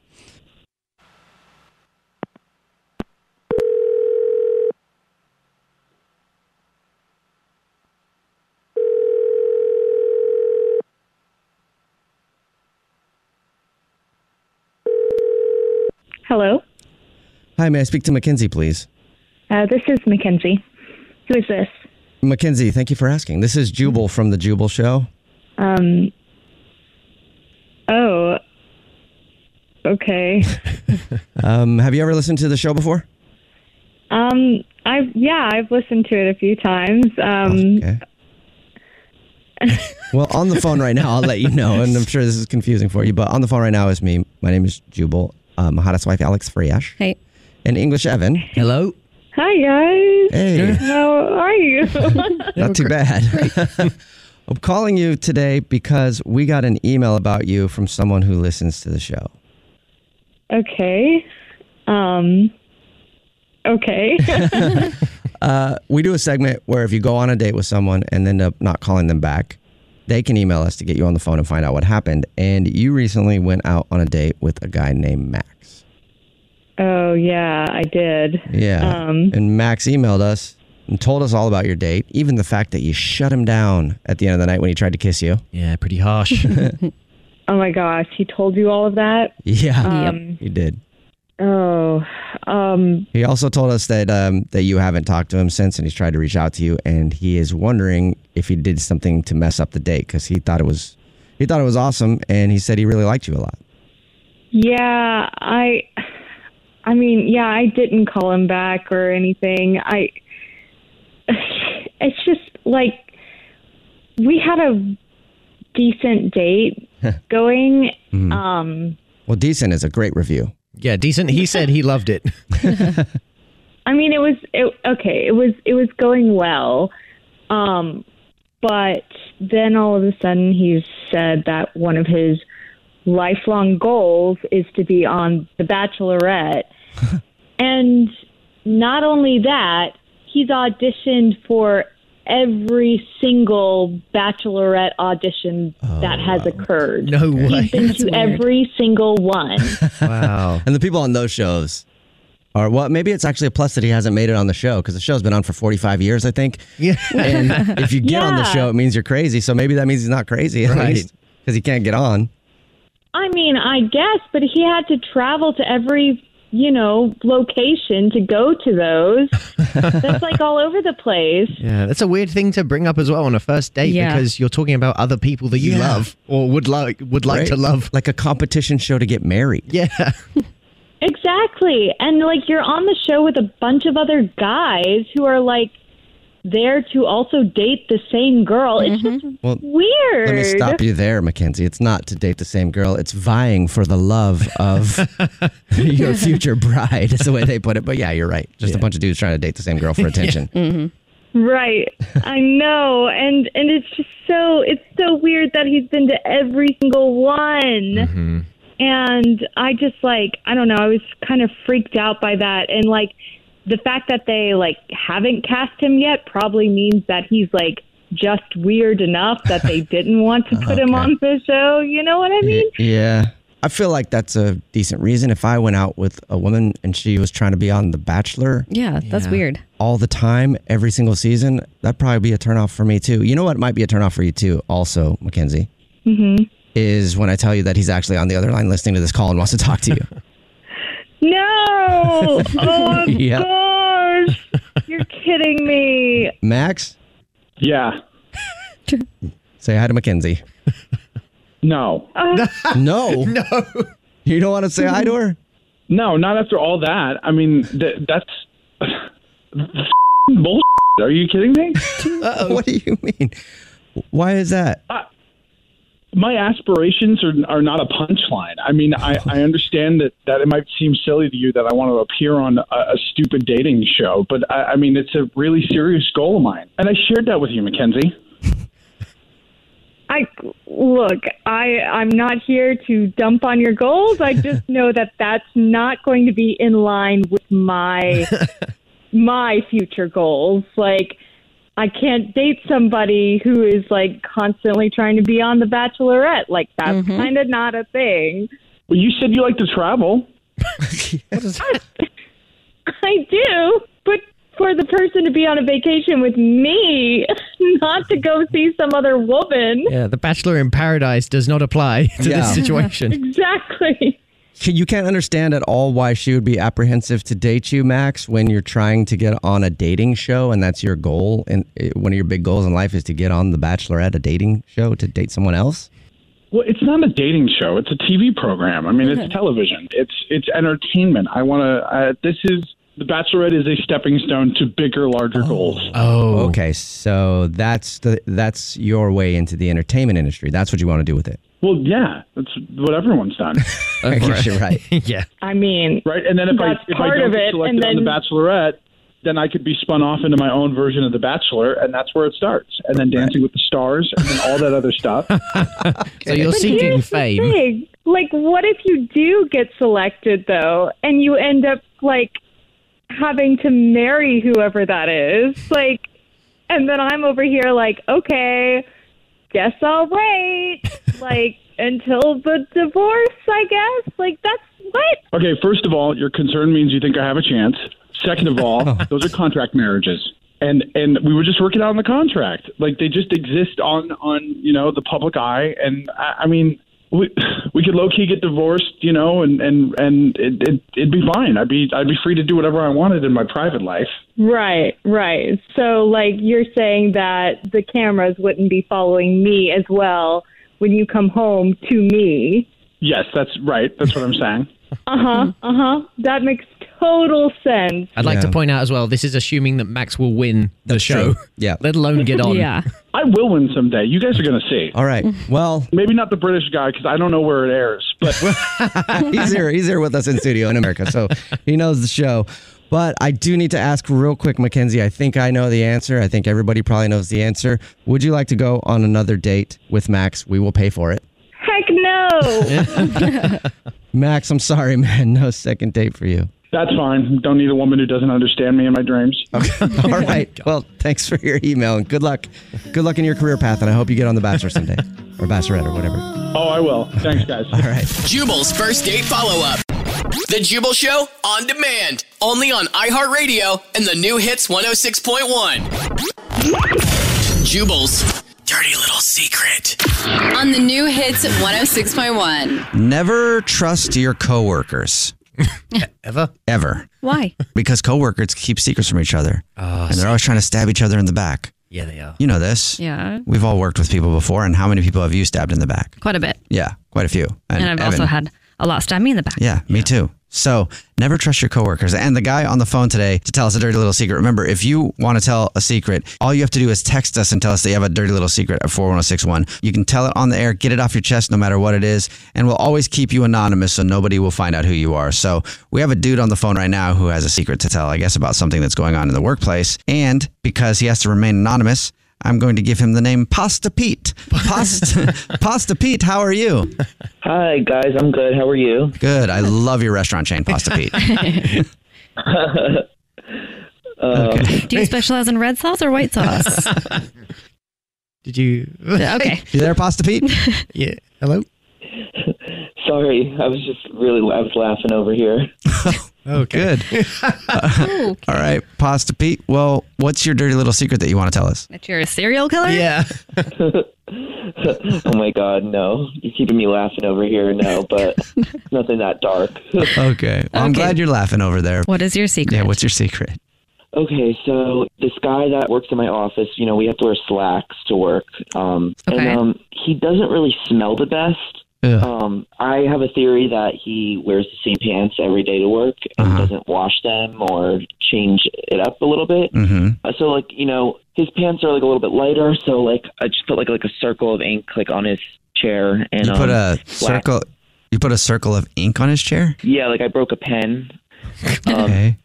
Speaker 12: Hello.
Speaker 4: Hi, may I speak to Mackenzie, please?
Speaker 12: Uh, this is Mackenzie. Who is this?
Speaker 4: Mackenzie, thank you for asking. This is Jubal from The Jubal Show.
Speaker 12: Um. Oh. Okay.
Speaker 4: Um, have you ever listened to the show before?
Speaker 12: Um. I've yeah. I've listened to it a few times. Um.
Speaker 4: Well, on the phone right now, I'll let you know, and I'm sure this is confusing for you, but on the phone right now is me. My name is Jubal. Um, hottest wife, Alex Friash.
Speaker 7: Hey.
Speaker 4: And English Evan. Hello.
Speaker 12: Hi guys.
Speaker 4: Hey.
Speaker 12: How are you?
Speaker 4: Not too bad. I'm calling you today because we got an email about you from someone who listens to the show.
Speaker 12: okay. Um. Okay.
Speaker 4: Uh, we do a segment where if you go on a date with someone and end up not calling them back, they can email us to get you on the phone and find out what happened. And you recently went out on a date with a guy named Max.
Speaker 12: oh yeah, I did.
Speaker 4: Yeah.
Speaker 12: Um.
Speaker 4: and Max emailed us and told us all about your date, even the fact that you shut him down at the end of the night when he tried to kiss you. Yeah, pretty harsh.
Speaker 12: Oh my gosh, he told you all of that.
Speaker 4: yeah,
Speaker 12: Um,
Speaker 4: he did.
Speaker 12: Oh. Um.
Speaker 4: He also told us that um, that you haven't talked to him since, and he's tried to reach out to you, and he is wondering if he did something to mess up the date because he thought it was he thought it was awesome, and he said he really liked you a lot.
Speaker 12: Yeah, I I mean, yeah, I didn't call him back or anything. I it's just like we had a decent date going.
Speaker 4: Mhm.
Speaker 12: Um
Speaker 4: Well, decent is a great review.
Speaker 6: Yeah, decent. He said he loved it.
Speaker 12: I mean, it was it, okay, it was it was going well. Um but then all of a sudden he said that one of his lifelong goals is to be on The Bachelorette. And not only that, he's auditioned for every single bachelorette audition that has occurred.
Speaker 4: No way.
Speaker 12: He's been to every single one.
Speaker 4: Wow. and the people on those shows are well, maybe it's actually a plus that he hasn't made it on the show because the show's been on for 45 years, I think. Yeah. And if you get on the
Speaker 12: Yeah.
Speaker 4: show, it means you're crazy. So maybe that means he's not crazy at
Speaker 6: Right.
Speaker 4: least because he can't get on.
Speaker 12: I mean, I guess, but he had to travel to every, you know, location to go to those. That's like all over the place.
Speaker 6: Yeah, that's a weird thing to bring up as well on a first date
Speaker 12: Yeah.
Speaker 6: because you're talking about other people that you
Speaker 4: Yeah.
Speaker 6: love or would like would like
Speaker 4: Right?
Speaker 6: to love.
Speaker 4: Like a competition show to get married.
Speaker 6: Yeah.
Speaker 12: Exactly. And like you're on the show with a bunch of other guys who are like there to also date the same girl. It's just
Speaker 4: Well,
Speaker 12: weird.
Speaker 4: Let me stop you there, Mackenzie. It's not to date the same girl. It's vying for the love of your future bride, is the way they put it. But yeah, you're right. Just a bunch of dudes trying to date the same girl for attention.
Speaker 12: Right. I know. And and
Speaker 4: Mm-hmm.
Speaker 12: it's just so it's so weird that he's been to every single one. And I just like, I don't know, I was kind of freaked out by that. And like the fact that they like haven't cast him yet probably means that he's like just weird enough that they didn't want to put him on the show. You know what I mean?
Speaker 4: Yeah. I feel like that's a decent reason. If I went out with a woman and she was trying to be on The Bachelor.
Speaker 7: Yeah, that's weird.
Speaker 4: All the time, every single season, that'd probably be a turnoff for me too. You know what might be a turnoff for you too, also, Mackenzie,
Speaker 12: Mm-hmm.
Speaker 4: is when I tell you that he's actually on the other line listening to this call and wants to talk to you.
Speaker 12: No! Oh,
Speaker 4: Yeah.
Speaker 12: gosh! You're kidding me.
Speaker 4: Max?
Speaker 13: Yeah.
Speaker 4: Say hi to Mackenzie.
Speaker 13: No.
Speaker 4: no. No. You don't want to say hi to her?
Speaker 13: No, not after all that. I mean, th- that's bullshit. Are you kidding me?
Speaker 4: What do you mean? Why is that?
Speaker 13: my aspirations are, are not a punchline. I mean, I, I understand that, that it might seem silly to you that I want to appear on a, a stupid dating show, but I, I mean, it's a really serious goal of mine. And I shared that with you, Mackenzie.
Speaker 12: I look, I I'm not here to dump on your goals. I just know that that's not going to be in line with my my future goals. Like I can't date somebody who is like constantly trying to be on the bachelorette. Like that's
Speaker 6: Mm-hmm.
Speaker 12: kind of not a thing.
Speaker 13: Well, you said you like to travel.
Speaker 12: I do, but for the person to be on a vacation with me, not to go see some other woman.
Speaker 6: Yeah, the Bachelor in Paradise does not apply to this situation.
Speaker 12: Exactly.
Speaker 4: You can't understand at all why she would be apprehensive to date you, Max, when you're trying to get on a dating show and that's your goal. And uh, one of your big goals in life is to get on The Bachelorette, a dating show, to date someone else.
Speaker 13: Well, it's not a dating show. It's a TV program. I mean, it's television. It's it's entertainment. I want to. Uh, this is the Bachelorette is a stepping stone to bigger, larger goals.
Speaker 4: Oh. Okay. So that's the that's your way into the entertainment industry. That's what you want to do with it.
Speaker 13: Well, yeah, that's what everyone's done.
Speaker 4: I guess you're right.
Speaker 6: yeah.
Speaker 12: I mean,
Speaker 13: right? And then if I
Speaker 12: that's
Speaker 13: if I
Speaker 12: part
Speaker 13: don't
Speaker 12: of
Speaker 13: get
Speaker 12: it,
Speaker 13: selected
Speaker 12: and then
Speaker 13: on The Bachelorette, then I could be spun off into my own version of The Bachelor, and that's where it starts. And then Dancing with the Stars, and then all that other stuff.
Speaker 6: So you're
Speaker 12: But
Speaker 6: seeking
Speaker 12: here's the
Speaker 6: fame.
Speaker 12: thing. Like, what if you do get selected though, and you end up like having to marry whoever that is? Like, and then I'm over here like, okay, guess I'll wait, like until the divorce, I guess. Like, that's what.
Speaker 13: Okay, first of all, your concern means you think I have a chance. Second of all,
Speaker 4: Oh.
Speaker 13: those are contract marriages. And and we were just working out on the contract. Like they just exist on on, you know, the public eye and I, I mean we we could low key get divorced, you know, and and and it, it it'd be fine. I'd be I'd be free to do whatever I wanted in my private life.
Speaker 12: Right, right. So, like, you're saying that the cameras wouldn't be following me as well when you come home to me.
Speaker 13: Yes, that's right. That's what I'm saying.
Speaker 12: Uh huh. Uh huh. That makes total sense.
Speaker 6: I'd like to point out as well, this is assuming that Max will win the show.
Speaker 4: Yeah.
Speaker 6: Let alone get on.
Speaker 13: I will win someday. You guys are going to see.
Speaker 4: All right. Well,
Speaker 13: maybe not the British guy because I don't know where it airs. But
Speaker 4: he's here. He's here with us in studio in America, so he knows the show. But I do need to ask real quick, Mackenzie. I think I know the answer. I think everybody probably knows the answer. Would you like to go on another date with Max? We will pay for it.
Speaker 12: Heck no.
Speaker 4: Max, I'm sorry, man. No second date for you.
Speaker 13: that's fine. Don't need a woman who doesn't understand me and my dreams.
Speaker 4: All right. Well, thanks for your email and good luck. Good luck in your career path, and I hope you get on The Bachelor someday or Bachelorette or whatever.
Speaker 13: Oh, I will. Thanks, guys. All
Speaker 4: right.
Speaker 1: Jubal's first date follow up. The Jubal Show on demand, only on iHeartRadio and the new hits 106.1. Jubal's dirty little secret.
Speaker 8: On the new hits 106.1.
Speaker 4: Never trust your coworkers. Ever? Ever.
Speaker 7: Why?
Speaker 4: Because coworkers keep secrets from each other. and they're always trying to stab each other in the back.
Speaker 6: Yeah, they are.
Speaker 4: You know this.
Speaker 7: Yeah.
Speaker 4: We've all worked with people before, and how many people have you stabbed in the back?
Speaker 7: Quite a bit.
Speaker 4: Yeah, quite a few.
Speaker 7: And, I've also
Speaker 4: Evan.
Speaker 7: had a lot stab me in the back.
Speaker 4: Yeah, me too. So never trust your coworkers. And the guy on the phone today to tell us a dirty little secret. Remember, if you want to tell a secret, all you have to do is text us and tell us that you have a dirty little secret at 41061. You can tell it on the air, get it off your chest no matter what it is, and we'll always keep you anonymous so nobody will find out who you are. So we have a dude on the phone right now who has a secret to tell, I guess, about something that's going on in the workplace. And because he has to remain anonymous, I'm going to give him the name Pasta Pete. Pasta, Pasta Pete, how are you?
Speaker 14: Hi, guys. I'm good. How are you?
Speaker 4: Good. I love your restaurant chain, Pasta Pete.
Speaker 14: Uh, okay.
Speaker 7: Do you specialize in red sauce or white sauce?
Speaker 6: Did you?
Speaker 7: Okay.
Speaker 4: You there, Pasta Pete?
Speaker 6: yeah. Hello.
Speaker 14: Sorry, I was just really I was laughing over here.
Speaker 4: Oh, good. Uh,
Speaker 7: Ooh,
Speaker 4: All right, Pasta Pete. Well, what's your dirty little secret that you want to tell us?
Speaker 7: that you're a serial killer?
Speaker 6: Yeah.
Speaker 14: oh my God, no! You're keeping me laughing over here. No, but nothing that dark.
Speaker 4: Okay. Well, I'm
Speaker 14: Okay.
Speaker 4: glad you're laughing over there.
Speaker 7: What is your secret?
Speaker 4: Yeah, what's your secret?
Speaker 14: Okay, so this guy that works in my office, you know, we have to wear slacks to work. Um,
Speaker 7: Okay.
Speaker 14: And um, he doesn't really smell the best. Um, I have a theory that he wears the same pants every day to work and
Speaker 6: Uh-huh.
Speaker 14: doesn't wash them or change it up a little bit.
Speaker 4: Mm-hmm.
Speaker 14: Uh, So, like, you know, his pants are like a little bit lighter. So, like, I just put like like a circle of ink like on his chair and
Speaker 4: You put
Speaker 14: um,
Speaker 4: a
Speaker 14: black-
Speaker 4: circle. You put a circle of ink on his chair.
Speaker 14: Yeah, like I broke a pen. Um,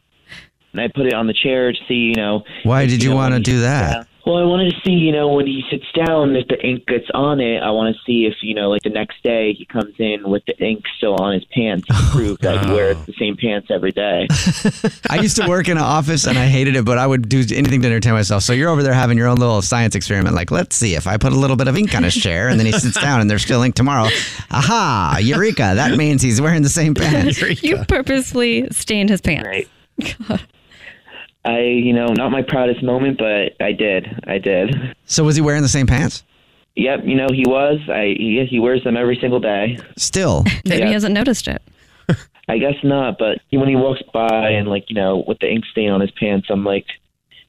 Speaker 14: And I put it on the chair to see, you know,
Speaker 4: Why did you want to do that?
Speaker 14: Well, I wanted to see, you know, when he sits down, if the ink gets on it. I want to see if, you know, like the next day he comes in with the ink still on his pants
Speaker 4: Oh,
Speaker 14: to prove that he wears the same pants every day.
Speaker 4: I used to work in an office and I hated it, but I would do anything to entertain myself. So you're over there having your own little science experiment. Like, let's see if I put a little bit of ink on his chair and then he sits down and there's still ink tomorrow. Aha! Eureka! That means he's wearing the same pants.
Speaker 7: you purposely stained his pants.
Speaker 14: I, you know, not my proudest moment, but I did. I did.
Speaker 4: So was he wearing the same pants?
Speaker 14: Yep, you know, he was. I he, he wears them every single day.
Speaker 4: Still.
Speaker 7: Maybe he hasn't noticed it.
Speaker 14: I guess not, but when he walks by and like, you know, with the ink stain on his pants, I'm like,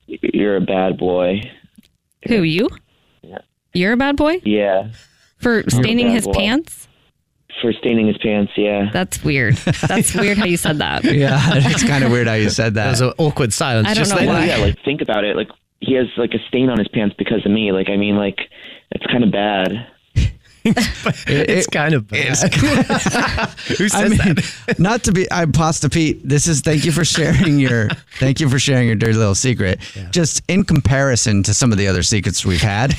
Speaker 14: you're a bad boy.
Speaker 7: Who, you? You're a bad boy?
Speaker 14: Yeah.
Speaker 7: For
Speaker 14: a
Speaker 7: staining
Speaker 14: bad
Speaker 7: his
Speaker 14: boy.
Speaker 7: pants?
Speaker 14: For staining his pants, yeah.
Speaker 7: That's weird. That's weird how you said that.
Speaker 4: it's kind of weird how you said that.
Speaker 6: That was an awkward silence.
Speaker 7: I don't
Speaker 6: just
Speaker 7: know
Speaker 6: then.
Speaker 7: why.
Speaker 14: Yeah, like think about it. Like he has like a stain on his pants because of me. Like I mean, like it's kind of bad.
Speaker 6: it's kind of bad. Who says
Speaker 4: that? not to be. I'm Pasta Pete. This is. Thank you for sharing your. thank you for sharing your dirty little secret. Just in comparison to some of the other secrets we've had,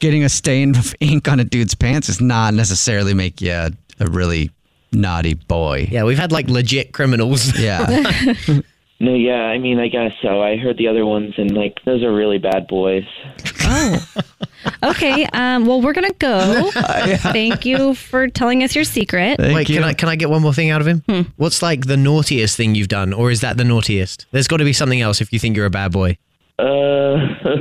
Speaker 4: getting a stain of ink on a dude's pants is not necessarily make you a, a really naughty boy.
Speaker 6: Yeah, we've had like legit criminals.
Speaker 4: Yeah.
Speaker 14: No, yeah, I mean, I guess so. I heard the other ones, and like those are really bad boys.
Speaker 7: Oh. Okay. Um, well, we're going to go. Thank you for telling us your secret.
Speaker 6: Wait, can I can I get one more thing out of him? What's like the naughtiest thing you've done, or is that the naughtiest? There's got to be something else if you think you're a bad boy.
Speaker 14: Uh, uh,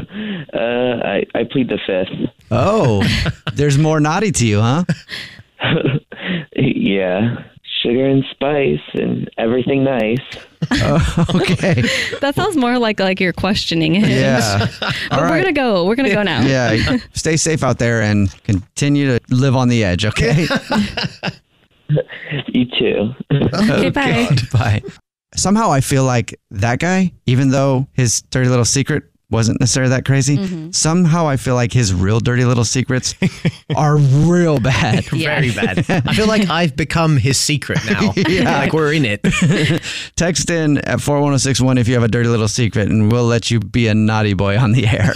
Speaker 14: I I plead the fifth.
Speaker 4: Oh, there's more naughty to you, huh?
Speaker 14: yeah, sugar and spice and everything nice.
Speaker 4: okay.
Speaker 7: That sounds more like like you're questioning him.
Speaker 4: Yeah.
Speaker 7: but
Speaker 4: All
Speaker 7: we're
Speaker 4: right.
Speaker 7: gonna go. We're gonna go now.
Speaker 4: Yeah. Stay safe out there and continue to live on the edge. Okay.
Speaker 14: you too.
Speaker 4: Oh,
Speaker 7: bye.
Speaker 4: God. Bye. Somehow I feel like that guy, even though his dirty little secret wasn't necessarily that crazy,
Speaker 7: Mhm.
Speaker 4: somehow I feel like his real dirty little secrets are real bad.
Speaker 6: Very bad. I feel like I've become his secret now.
Speaker 4: Yeah.
Speaker 6: Like we're in it.
Speaker 4: Text in at 41061 if you have a dirty little secret, and we'll let you be a naughty boy on the air.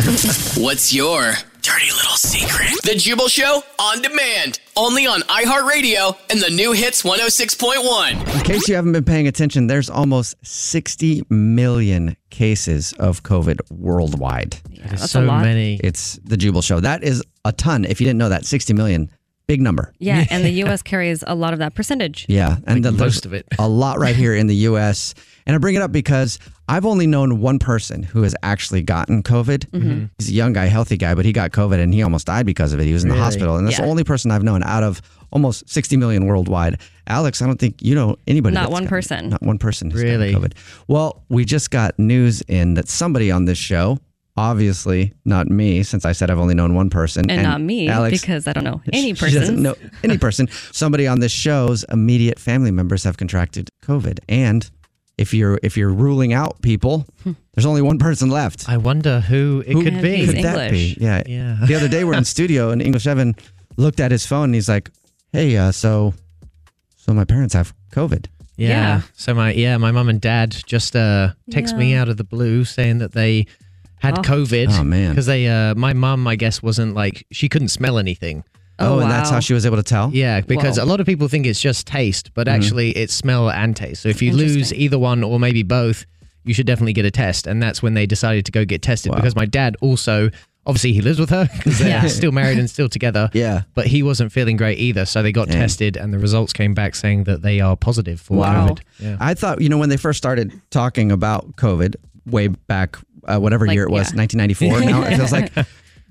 Speaker 1: What's your dirty little secret? The Jubal Show on demand, only on iHeartRadio and the new hits 106.1.
Speaker 4: In case you haven't been paying attention, there's almost 60 million cases of COVID worldwide.
Speaker 6: is that's a so lot. many.
Speaker 4: It's the Jubal Show. That is a ton. If you didn't know that, 60 million. Big number.
Speaker 7: Yeah, and the U.S. carries a lot of that percentage.
Speaker 4: Yeah, and
Speaker 6: Like
Speaker 4: the,
Speaker 6: most
Speaker 4: most
Speaker 6: of it.
Speaker 4: a lot right here in the U.S. And I bring it up because I've only known one person who has actually gotten COVID.
Speaker 7: Mm-hmm.
Speaker 6: Mhm.
Speaker 4: He's a young guy, healthy guy, but he got COVID and he almost died because of it. He was in
Speaker 6: Really?
Speaker 4: the hospital, and that's
Speaker 7: Yeah.
Speaker 4: the only person I've known out of almost 60 million worldwide. Alex, I don't think you know anybody.
Speaker 7: Not
Speaker 4: that's
Speaker 7: one
Speaker 4: gotten-
Speaker 7: person.
Speaker 4: Not one person. Who's really? COVID. Well, we just got news in that somebody on this show. Obviously, not me, since I said I've only known one person,
Speaker 7: And, not me
Speaker 4: Alex,
Speaker 7: because I don't know any
Speaker 4: she doesn't
Speaker 7: person.
Speaker 4: know any person. Somebody on this show's immediate family members have contracted COVID, and if you're if you're ruling out people, there's only one person left.
Speaker 6: I wonder who it could be.
Speaker 4: Could that be? Yeah.
Speaker 6: Yeah.
Speaker 4: The other day we're in studio and English Evan looked at his phone and he's like, "Hey, uh, so so my parents have COVID."
Speaker 6: Yeah. So my yeah, my mum and dad just uh text me
Speaker 4: Yeah.
Speaker 6: out of the blue saying that they had
Speaker 7: Oh.
Speaker 6: COVID.
Speaker 4: Oh, man.
Speaker 6: because they, uh, my mum, I guess, wasn't like she couldn't smell anything.
Speaker 4: Oh, and that's how she was able to tell?
Speaker 6: Yeah, because
Speaker 4: Whoa.
Speaker 6: a lot of people think it's just taste, but
Speaker 4: Mhm.
Speaker 6: actually it's smell and taste. So if you lose either one or maybe both, you should definitely get a test. And that's when they decided to go get tested because my dad also, obviously, he lives with her because they're
Speaker 4: Yeah.
Speaker 6: still married and still together.
Speaker 4: Yeah.
Speaker 6: But he wasn't feeling great either. So they got
Speaker 4: Dang.
Speaker 6: tested and the results came back saying that they are positive for COVID. Yeah.
Speaker 4: I thought, you know, when they first started talking about COVID way back, uh, whatever
Speaker 6: Like,
Speaker 4: year it was,
Speaker 6: yeah.
Speaker 4: 1994. now it feels like,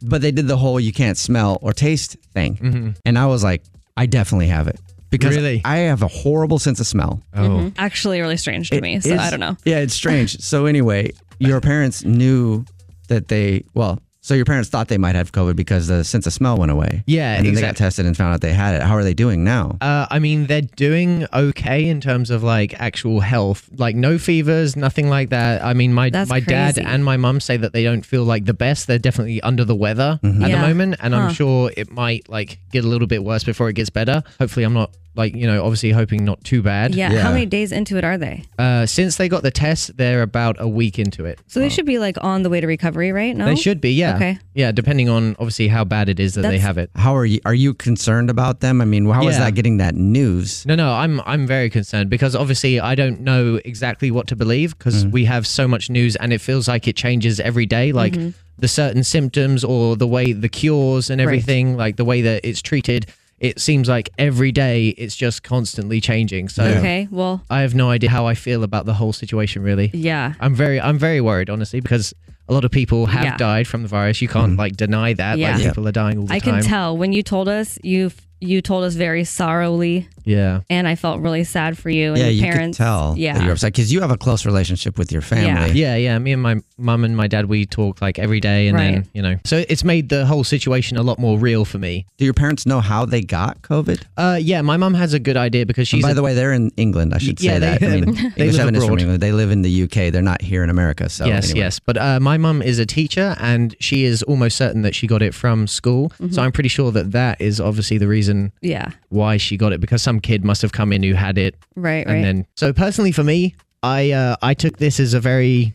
Speaker 4: but they did the whole you can't smell or taste thing.
Speaker 6: Mm-hmm.
Speaker 4: And I was like, I definitely have it because I have a horrible sense of smell.
Speaker 6: Oh.
Speaker 7: Mhm. Actually, really strange to
Speaker 4: It
Speaker 7: me. So
Speaker 4: is-
Speaker 7: I don't know.
Speaker 4: Yeah, it's strange. so anyway, your parents knew that they, well, so your parents thought they might have COVID because the sense of smell went away.
Speaker 6: Yeah,
Speaker 4: And then they got
Speaker 6: exactly.
Speaker 4: tested and found out they had it. How are they doing now?
Speaker 6: Uh, I mean, they're doing okay in terms of like actual health, like no fevers, nothing like that. I mean, my
Speaker 7: That's
Speaker 6: my dad
Speaker 7: crazy.
Speaker 6: and my mum say that they don't feel like the best. They're definitely under the weather
Speaker 4: Mm-hmm.
Speaker 6: at
Speaker 7: Yeah.
Speaker 6: the moment, and
Speaker 7: Huh.
Speaker 6: I'm sure it might like get a little bit worse before it gets better. Hopefully, I'm not like you know, obviously hoping not too bad.
Speaker 7: Yeah. How many days into it are they?
Speaker 6: Uh, since they got the test, they're about a week into it.
Speaker 7: So they should be like on the way to recovery, right? No,
Speaker 6: They should be, yeah,
Speaker 7: Okay.
Speaker 6: yeah, depending on obviously how bad it is that they
Speaker 7: That's-
Speaker 6: have it.
Speaker 4: How are you? Are you concerned about them? I mean, how is
Speaker 6: Yeah.
Speaker 4: that getting that news?
Speaker 6: No, no, I'm I'm very concerned because obviously I don't know exactly what to believe because we have so much news and it feels like it changes every day, like
Speaker 7: Mm-hmm.
Speaker 4: Mhm.
Speaker 6: the certain symptoms or the way the cures and
Speaker 4: Right.
Speaker 6: everything, like the way that it's treated. It seems like every day it's just constantly changing. So
Speaker 7: Okay. Well.
Speaker 6: I have no idea how I feel about the whole situation really.
Speaker 7: Yeah.
Speaker 6: I'm very I'm very worried honestly because a lot of people have
Speaker 7: Yeah.
Speaker 6: died from the virus. You
Speaker 4: Mm-hmm.
Speaker 6: can't like deny that.
Speaker 7: Yeah.
Speaker 6: Like
Speaker 7: Yeah.
Speaker 6: people are dying all the
Speaker 7: I
Speaker 6: time.
Speaker 7: can tell when you told us you you told us very sorrowly,
Speaker 6: Yeah.
Speaker 7: and I felt really sad for you and
Speaker 4: yeah,
Speaker 7: your
Speaker 4: you
Speaker 7: parents.
Speaker 4: could tell
Speaker 7: Yeah.
Speaker 4: that you're upset because you have a close relationship with your family.
Speaker 6: Yeah, yeah. Me and my mum and my dad, we talk like every day, and
Speaker 4: Right.
Speaker 6: then you know, so it's made the whole situation a lot more real for me.
Speaker 4: Do your parents know how they got COVID?
Speaker 6: Uh, yeah, my mum has a good idea because she's.
Speaker 4: by
Speaker 6: a-
Speaker 4: the way, they're in England. I should say
Speaker 6: Yeah, they-
Speaker 4: that. I mean,
Speaker 6: they
Speaker 4: English
Speaker 6: live
Speaker 4: Evan is from
Speaker 6: abroad.
Speaker 4: England. They live in the UK. They're not here in America. So
Speaker 6: yes,
Speaker 4: anyway.
Speaker 6: yes. But uh, my mum is a teacher, and she is almost certain that she got it from school.
Speaker 7: Mhm.
Speaker 6: So I'm pretty sure that that is obviously the reason
Speaker 7: Yeah.
Speaker 6: why she got it because some kid must have come in who had it.
Speaker 7: Right,
Speaker 6: And
Speaker 7: right.
Speaker 6: then, so personally for me, I uh, I took this as a very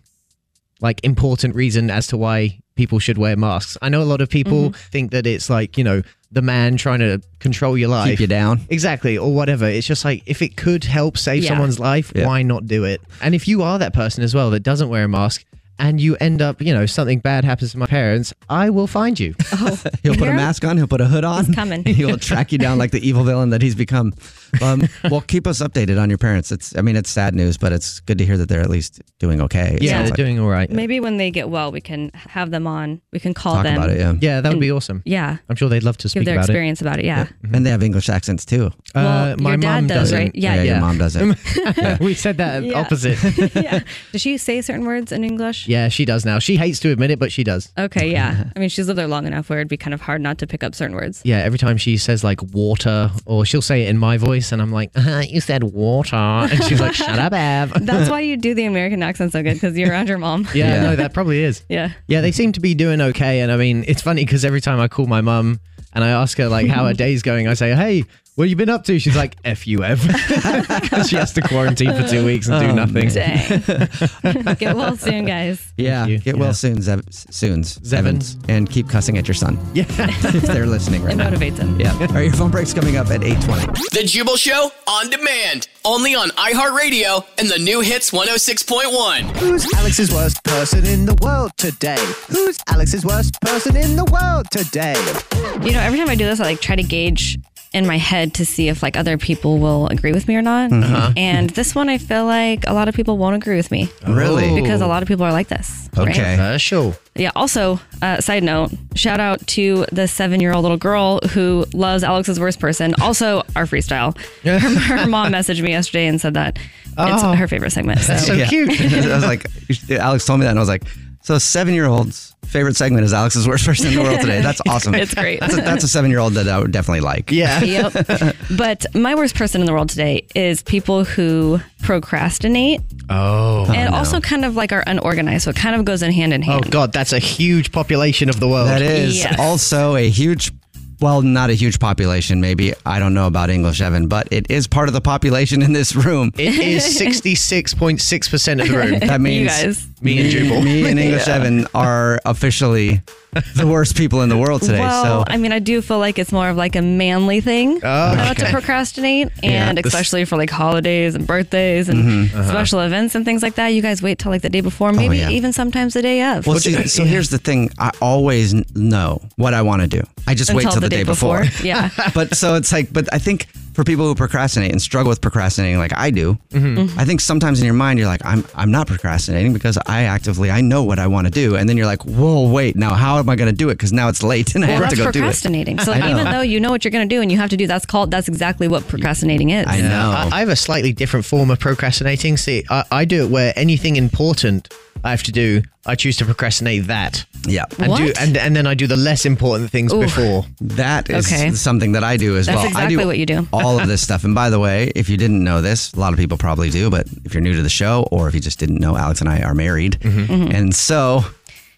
Speaker 6: like important reason as to why people should wear masks. I know a lot of people
Speaker 4: Mhm.
Speaker 7: Mm-hmm.
Speaker 6: think that it's like you know the man trying to control your life,
Speaker 4: you down,
Speaker 6: exactly, or whatever. It's just like if it could help save
Speaker 4: Yeah.
Speaker 6: someone's life,
Speaker 4: Yeah.
Speaker 6: why not do it? And if you are that person as well that doesn't wear a mask. And you end up, you know, something bad happens to my parents, I will find you.
Speaker 7: Oh.
Speaker 4: He'll put a mask on. He'll put a hood on.
Speaker 7: coming.
Speaker 4: He'll track you down like the evil villain that he's become. Um, well, keep us updated on your parents. It's. I mean, it's sad news, but it's good to hear that they're at least doing okay. it
Speaker 7: Yeah,
Speaker 4: sounds
Speaker 7: they're
Speaker 4: like.
Speaker 6: doing all right.
Speaker 7: Maybe when they get well, we can have them on. We can call
Speaker 4: Talk
Speaker 7: them.
Speaker 4: about it. Yeah.
Speaker 6: Yeah, that would be awesome.
Speaker 7: Yeah.
Speaker 6: I'm sure they'd love to
Speaker 7: Give
Speaker 6: speak
Speaker 7: their
Speaker 6: about it. Uh,
Speaker 7: experience about it. Yeah.
Speaker 4: And they have English accents too.
Speaker 7: Well, your dad does,
Speaker 4: Uh, doesn't.
Speaker 7: right? Yeah,
Speaker 4: yeah,
Speaker 7: yeah.
Speaker 4: Your mom doesn't.
Speaker 6: we said that
Speaker 7: Yeah.
Speaker 6: opposite.
Speaker 7: yeah. Does she say certain words in English?
Speaker 6: Yeah, she does now. She hates to admit it, but she does.
Speaker 7: Okay. Yeah. I mean, she's lived there long enough where it'd be kind of hard not to pick up certain words.
Speaker 6: Yeah, every time she says like water, or she'll say it in my voice, and I'm like, uh, "You said water," and she's like, "Shut up, Ab."
Speaker 7: That's why you do the American accent so good because you're around your mom.
Speaker 6: Yeah, no, that probably is.
Speaker 7: Yeah.
Speaker 6: Yeah, they seem to be doing okay, and I mean, it's funny because every time I call my mum and I ask her like how her day's going, I say, "Hey, what have you been up to?" She's like, "F you, Ev." she has to quarantine for two weeks and do
Speaker 4: Oh,
Speaker 6: nothing.
Speaker 7: Dang. Get well soon, guys.
Speaker 4: Yeah, get well soon, Zev- soon, Zevins, and keep cussing at your son.
Speaker 6: Yeah,
Speaker 4: if they're listening right
Speaker 1: It
Speaker 4: now.
Speaker 1: motivates them.
Speaker 4: Yeah. All right, your phone break's coming up at eight twenty.
Speaker 1: The Jubal Show on demand, only on iHeartRadio and the new hits 106.1.
Speaker 2: Who's Alex's worst person in the world today? Who's Alex's worst person in the world today?
Speaker 7: You know, every time I do this, I like try to gauge in my head to see if like other people will agree with me or not.
Speaker 4: Uh-huh.
Speaker 7: And this one, I feel like a lot of people won't agree with me.
Speaker 4: Really?
Speaker 7: Because a lot of people are like this. right?
Speaker 6: Sure.
Speaker 7: Yeah. Also, uh, side note, shout out to the seven-year-old little girl who loves Alex's worst person. Also, our freestyle. Her, her mom messaged me yesterday and said that
Speaker 4: Oh.
Speaker 7: it's her favorite segment. so
Speaker 4: Yeah. I was like, Alex told me that, and I was like, so seven year old's favorite segment is Alex's worst person in the world today. That's awesome.
Speaker 7: It's great.
Speaker 4: That's a, that's a seven year old that I would definitely like.
Speaker 7: yep. But my worst person in the world today is people who procrastinate
Speaker 6: Oh,
Speaker 7: and also kind of like are unorganized. So it kind of
Speaker 4: Oh,
Speaker 7: goes in hand in hand.
Speaker 6: Oh God, that's a huge population of the world.
Speaker 4: That is
Speaker 7: Yes.
Speaker 4: also a huge well, not a huge population, maybe. I don't know about English, Evan, but it is part of the population in this room.
Speaker 6: It is 66.6% of the room.
Speaker 4: That means
Speaker 6: me and Jubal.
Speaker 4: Me and English Evan are officially the worst people in the world today.
Speaker 7: well,
Speaker 4: so
Speaker 7: I mean, I do feel like it's more of like a manly thing
Speaker 4: Oh,
Speaker 7: you know,
Speaker 4: okay.
Speaker 7: to procrastinate,
Speaker 4: Yeah,
Speaker 7: and
Speaker 4: this-
Speaker 7: especially for like holidays and birthdays and
Speaker 4: Mhm. Uh-huh. Oh,
Speaker 7: special events and things like that. You guys wait till like the day before, maybe
Speaker 4: yeah.
Speaker 7: even sometimes the day of.
Speaker 4: Well, see, so here's the thing. I always kn- know what I want to do. I just wait
Speaker 7: Until
Speaker 4: till the, day, before.
Speaker 7: yeah.
Speaker 4: but so it's like, but I think for people who procrastinate and struggle with procrastinating, like I do,
Speaker 6: Mm-hmm.
Speaker 7: Mhm.
Speaker 4: I think sometimes in your mind you're like, I'm I'm not procrastinating because I actively I know what I want to do, and then you're like, whoa, wait, now how am I going to do it? Because now it's late and I
Speaker 7: well,
Speaker 4: have
Speaker 7: that's
Speaker 4: to go do it.
Speaker 7: procrastinating. So
Speaker 4: I know.
Speaker 7: even though you know what you're going to do and you have to do, that's called that's exactly what procrastinating is.
Speaker 6: I, I have a slightly different form of procrastinating. See, I, I do it where anything important I have to do, I choose to procrastinate that.
Speaker 4: Yeah.
Speaker 6: And do
Speaker 7: What?
Speaker 6: and, and then I do the less important things
Speaker 7: Ooh.
Speaker 6: before.
Speaker 4: That is
Speaker 7: Okay.
Speaker 4: something that I do as
Speaker 7: That's
Speaker 4: well. I
Speaker 7: exactly
Speaker 4: do
Speaker 7: what you do.
Speaker 4: All of this stuff. And by the way, if you didn't know this, a lot of people probably do, but if you're new to the show or if you just didn't know, Alex and I are married.
Speaker 7: Mhm.
Speaker 4: And so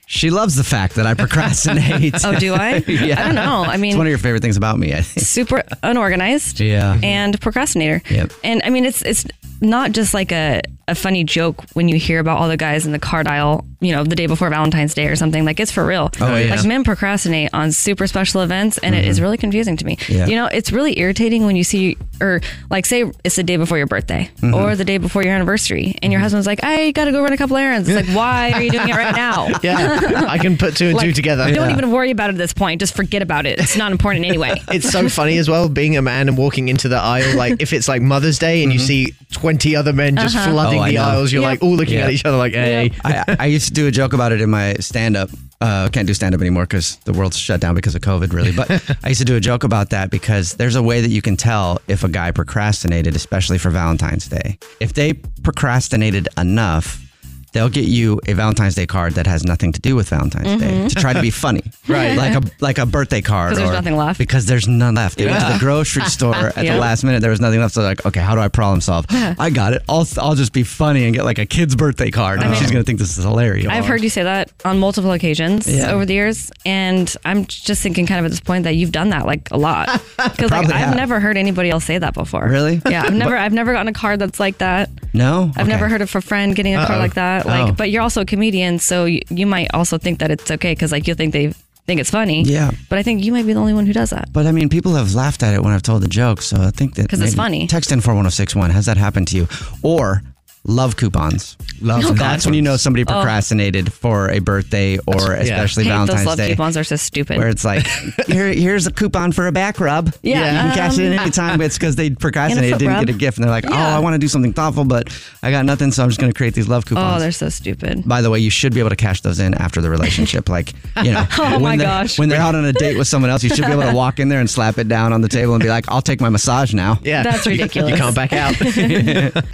Speaker 4: she loves the fact that I procrastinate.
Speaker 7: Oh, do I?
Speaker 4: yeah.
Speaker 7: I don't know. I mean-
Speaker 4: it's one of your favorite things about me, I think.
Speaker 7: super unorganized
Speaker 4: Yeah.
Speaker 7: and procrastinator.
Speaker 4: Yep.
Speaker 7: And I mean, it's it's not just like a, a funny joke when you hear about all the guys in the card aisle, you know, the day before Valentine's Day or something. Like, it's for real.
Speaker 8: Oh, yeah.
Speaker 7: Like, men procrastinate on super special events, and it
Speaker 8: Mhm.
Speaker 6: Mm-hmm.
Speaker 7: is really confusing to me.
Speaker 8: Yeah.
Speaker 7: You know, it's really irritating when you see, or like, say it's the day before your birthday
Speaker 6: Mm-hmm.
Speaker 8: Mhm.
Speaker 7: or the day before your anniversary, and your husband's like, I got to go run a couple errands. It's like, why are you doing it right now?
Speaker 6: yeah. I can put two and two
Speaker 7: Like,
Speaker 6: together.
Speaker 7: Don't even worry about it at this point. Just forget about it. It's not important anyway.
Speaker 6: It's so funny as well being a man and walking into the aisle. Like if it's like Mother's Day and you see twenty other men just
Speaker 7: Uh-huh.
Speaker 6: flooding
Speaker 4: Mm-hmm. Oh, I
Speaker 6: the
Speaker 4: know.
Speaker 6: aisles, you're like all looking
Speaker 4: Yeah.
Speaker 6: at each other like, hey.
Speaker 4: I, I used to do a joke about it in my stand up. Uh, can't do stand up anymore because the world's shut down because of COVID, really. But I used to do a joke about that because there's a way that you can tell if a guy procrastinated, especially for Valentine's Day. If they procrastinated enough, they'll get you a Valentine's Day card that has nothing to do with Valentine's Day
Speaker 7: Mhm.
Speaker 4: to try to be funny.
Speaker 7: Right.
Speaker 4: Like a like a birthday card.
Speaker 7: 'Cause there's
Speaker 4: or-
Speaker 7: nothing left.
Speaker 4: Because there's none left. They went to
Speaker 7: Yeah.
Speaker 4: the grocery store at
Speaker 7: Yeah.
Speaker 4: the last minute. There was nothing left. So like, okay, how do I problem solve?
Speaker 7: Yeah.
Speaker 4: I got it. I'll I'll just be funny and get like a kid's birthday card.
Speaker 7: I
Speaker 4: and
Speaker 7: mean-
Speaker 4: she's gonna think this is hilarious.
Speaker 7: I've heard you say that on multiple occasions
Speaker 4: Yeah.
Speaker 7: over the years, and I'm just thinking, kind of at this point, that you've done that like a lot because like, I've
Speaker 4: Probably have.
Speaker 7: never heard anybody else say that before.
Speaker 4: Really?
Speaker 7: Yeah, I've never, I've never gotten a card that's like that.
Speaker 4: No,
Speaker 7: I've never heard of a friend getting a
Speaker 4: Uh-oh.
Speaker 7: card like that. Like,
Speaker 4: Oh.
Speaker 7: but you're also a comedian, so you, you might also think that it's okay because like you think they think it's funny.
Speaker 4: Yeah.
Speaker 7: But I think you might be the only one who does that.
Speaker 4: But I mean, people have laughed at it when I've told the joke, so I think that
Speaker 7: 'Cause it's
Speaker 4: maybe-
Speaker 7: funny.
Speaker 4: Text in four one zero six one. Has that happened to you? Or love coupons. Love.
Speaker 7: Oh,
Speaker 4: That's
Speaker 7: God.
Speaker 4: when you know somebody
Speaker 7: Oh.
Speaker 4: procrastinated for a birthday or
Speaker 7: Yeah.
Speaker 4: especially
Speaker 7: Hate
Speaker 4: Valentine's
Speaker 7: Those love
Speaker 4: Day.
Speaker 7: coupons are so stupid.
Speaker 4: Where it's like, here, here's a coupon for a back rub.
Speaker 7: Yeah.
Speaker 4: you can cash it in
Speaker 7: Um,
Speaker 4: anytime. But it's because they
Speaker 7: And a
Speaker 4: procrastinated,
Speaker 7: foot
Speaker 4: didn't
Speaker 7: rub.
Speaker 4: get a gift, and they're like, oh, I want to do something thoughtful, but I got nothing, so I'm just going to create these love
Speaker 7: oh,
Speaker 4: coupons.
Speaker 7: they're so stupid.
Speaker 4: By the way, you should be able to cash those in after the relationship. Like, you know,
Speaker 7: Oh
Speaker 4: when
Speaker 7: my
Speaker 4: they're-
Speaker 7: gosh.
Speaker 4: when they're out on a date with someone else, you should be able to walk in there and slap it down on the table and be like, I'll take my massage now.
Speaker 6: Yeah.
Speaker 7: That's
Speaker 6: You-
Speaker 7: ridiculous.
Speaker 6: You can't back out.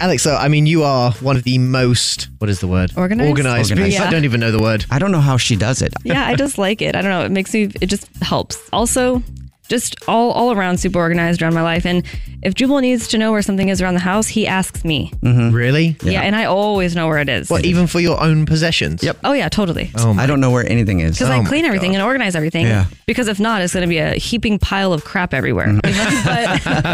Speaker 6: Alex, so I mean you are one of the most what is the word?
Speaker 7: Organized?
Speaker 6: Organized.
Speaker 7: Organized.
Speaker 6: people. I
Speaker 7: Yeah.
Speaker 6: don't even know the word.
Speaker 4: I don't know how she does it.
Speaker 7: yeah, I just like it. I don't know. It makes me. It just helps. Also, just all all around super organized around my life. And if Jubal needs to know where something is around the house, he asks me.
Speaker 4: Mm-hmm.
Speaker 6: Really?
Speaker 7: Yeah, and I always know where it is.
Speaker 6: What, even for your own possessions? Yep.
Speaker 7: Oh yeah, totally.
Speaker 4: I don't know where anything is.
Speaker 6: Oh
Speaker 7: Because I clean everything and organize everything.
Speaker 4: Yeah.
Speaker 7: Because if not, it's going to be a heaping pile of crap everywhere.
Speaker 6: Mm-hmm.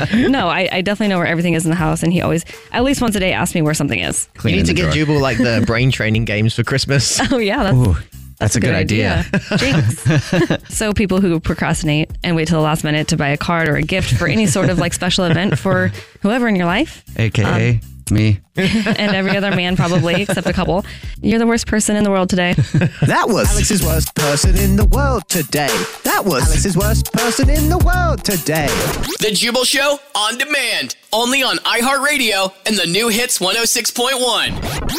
Speaker 7: but no, I, I definitely know where everything is in the house, and he always, at least once a day, asks me where something is.
Speaker 6: you need to get Jubal like the brain training games for Christmas.
Speaker 7: Oh yeah, that's,
Speaker 4: that's a good idea.
Speaker 7: Jinx. so people who procrastinate and wait till the last minute to buy a card or a gift for any sort of like special event for whoever in your life, Um,
Speaker 4: AKA me.
Speaker 7: and every other man probably except a couple, you're the worst person in the world today.
Speaker 2: That was Alex's worst person in the world today. That was Alex's worst person in the world today.
Speaker 1: The Jubal Show on demand, only on iHeartRadio and the new hits 106.1.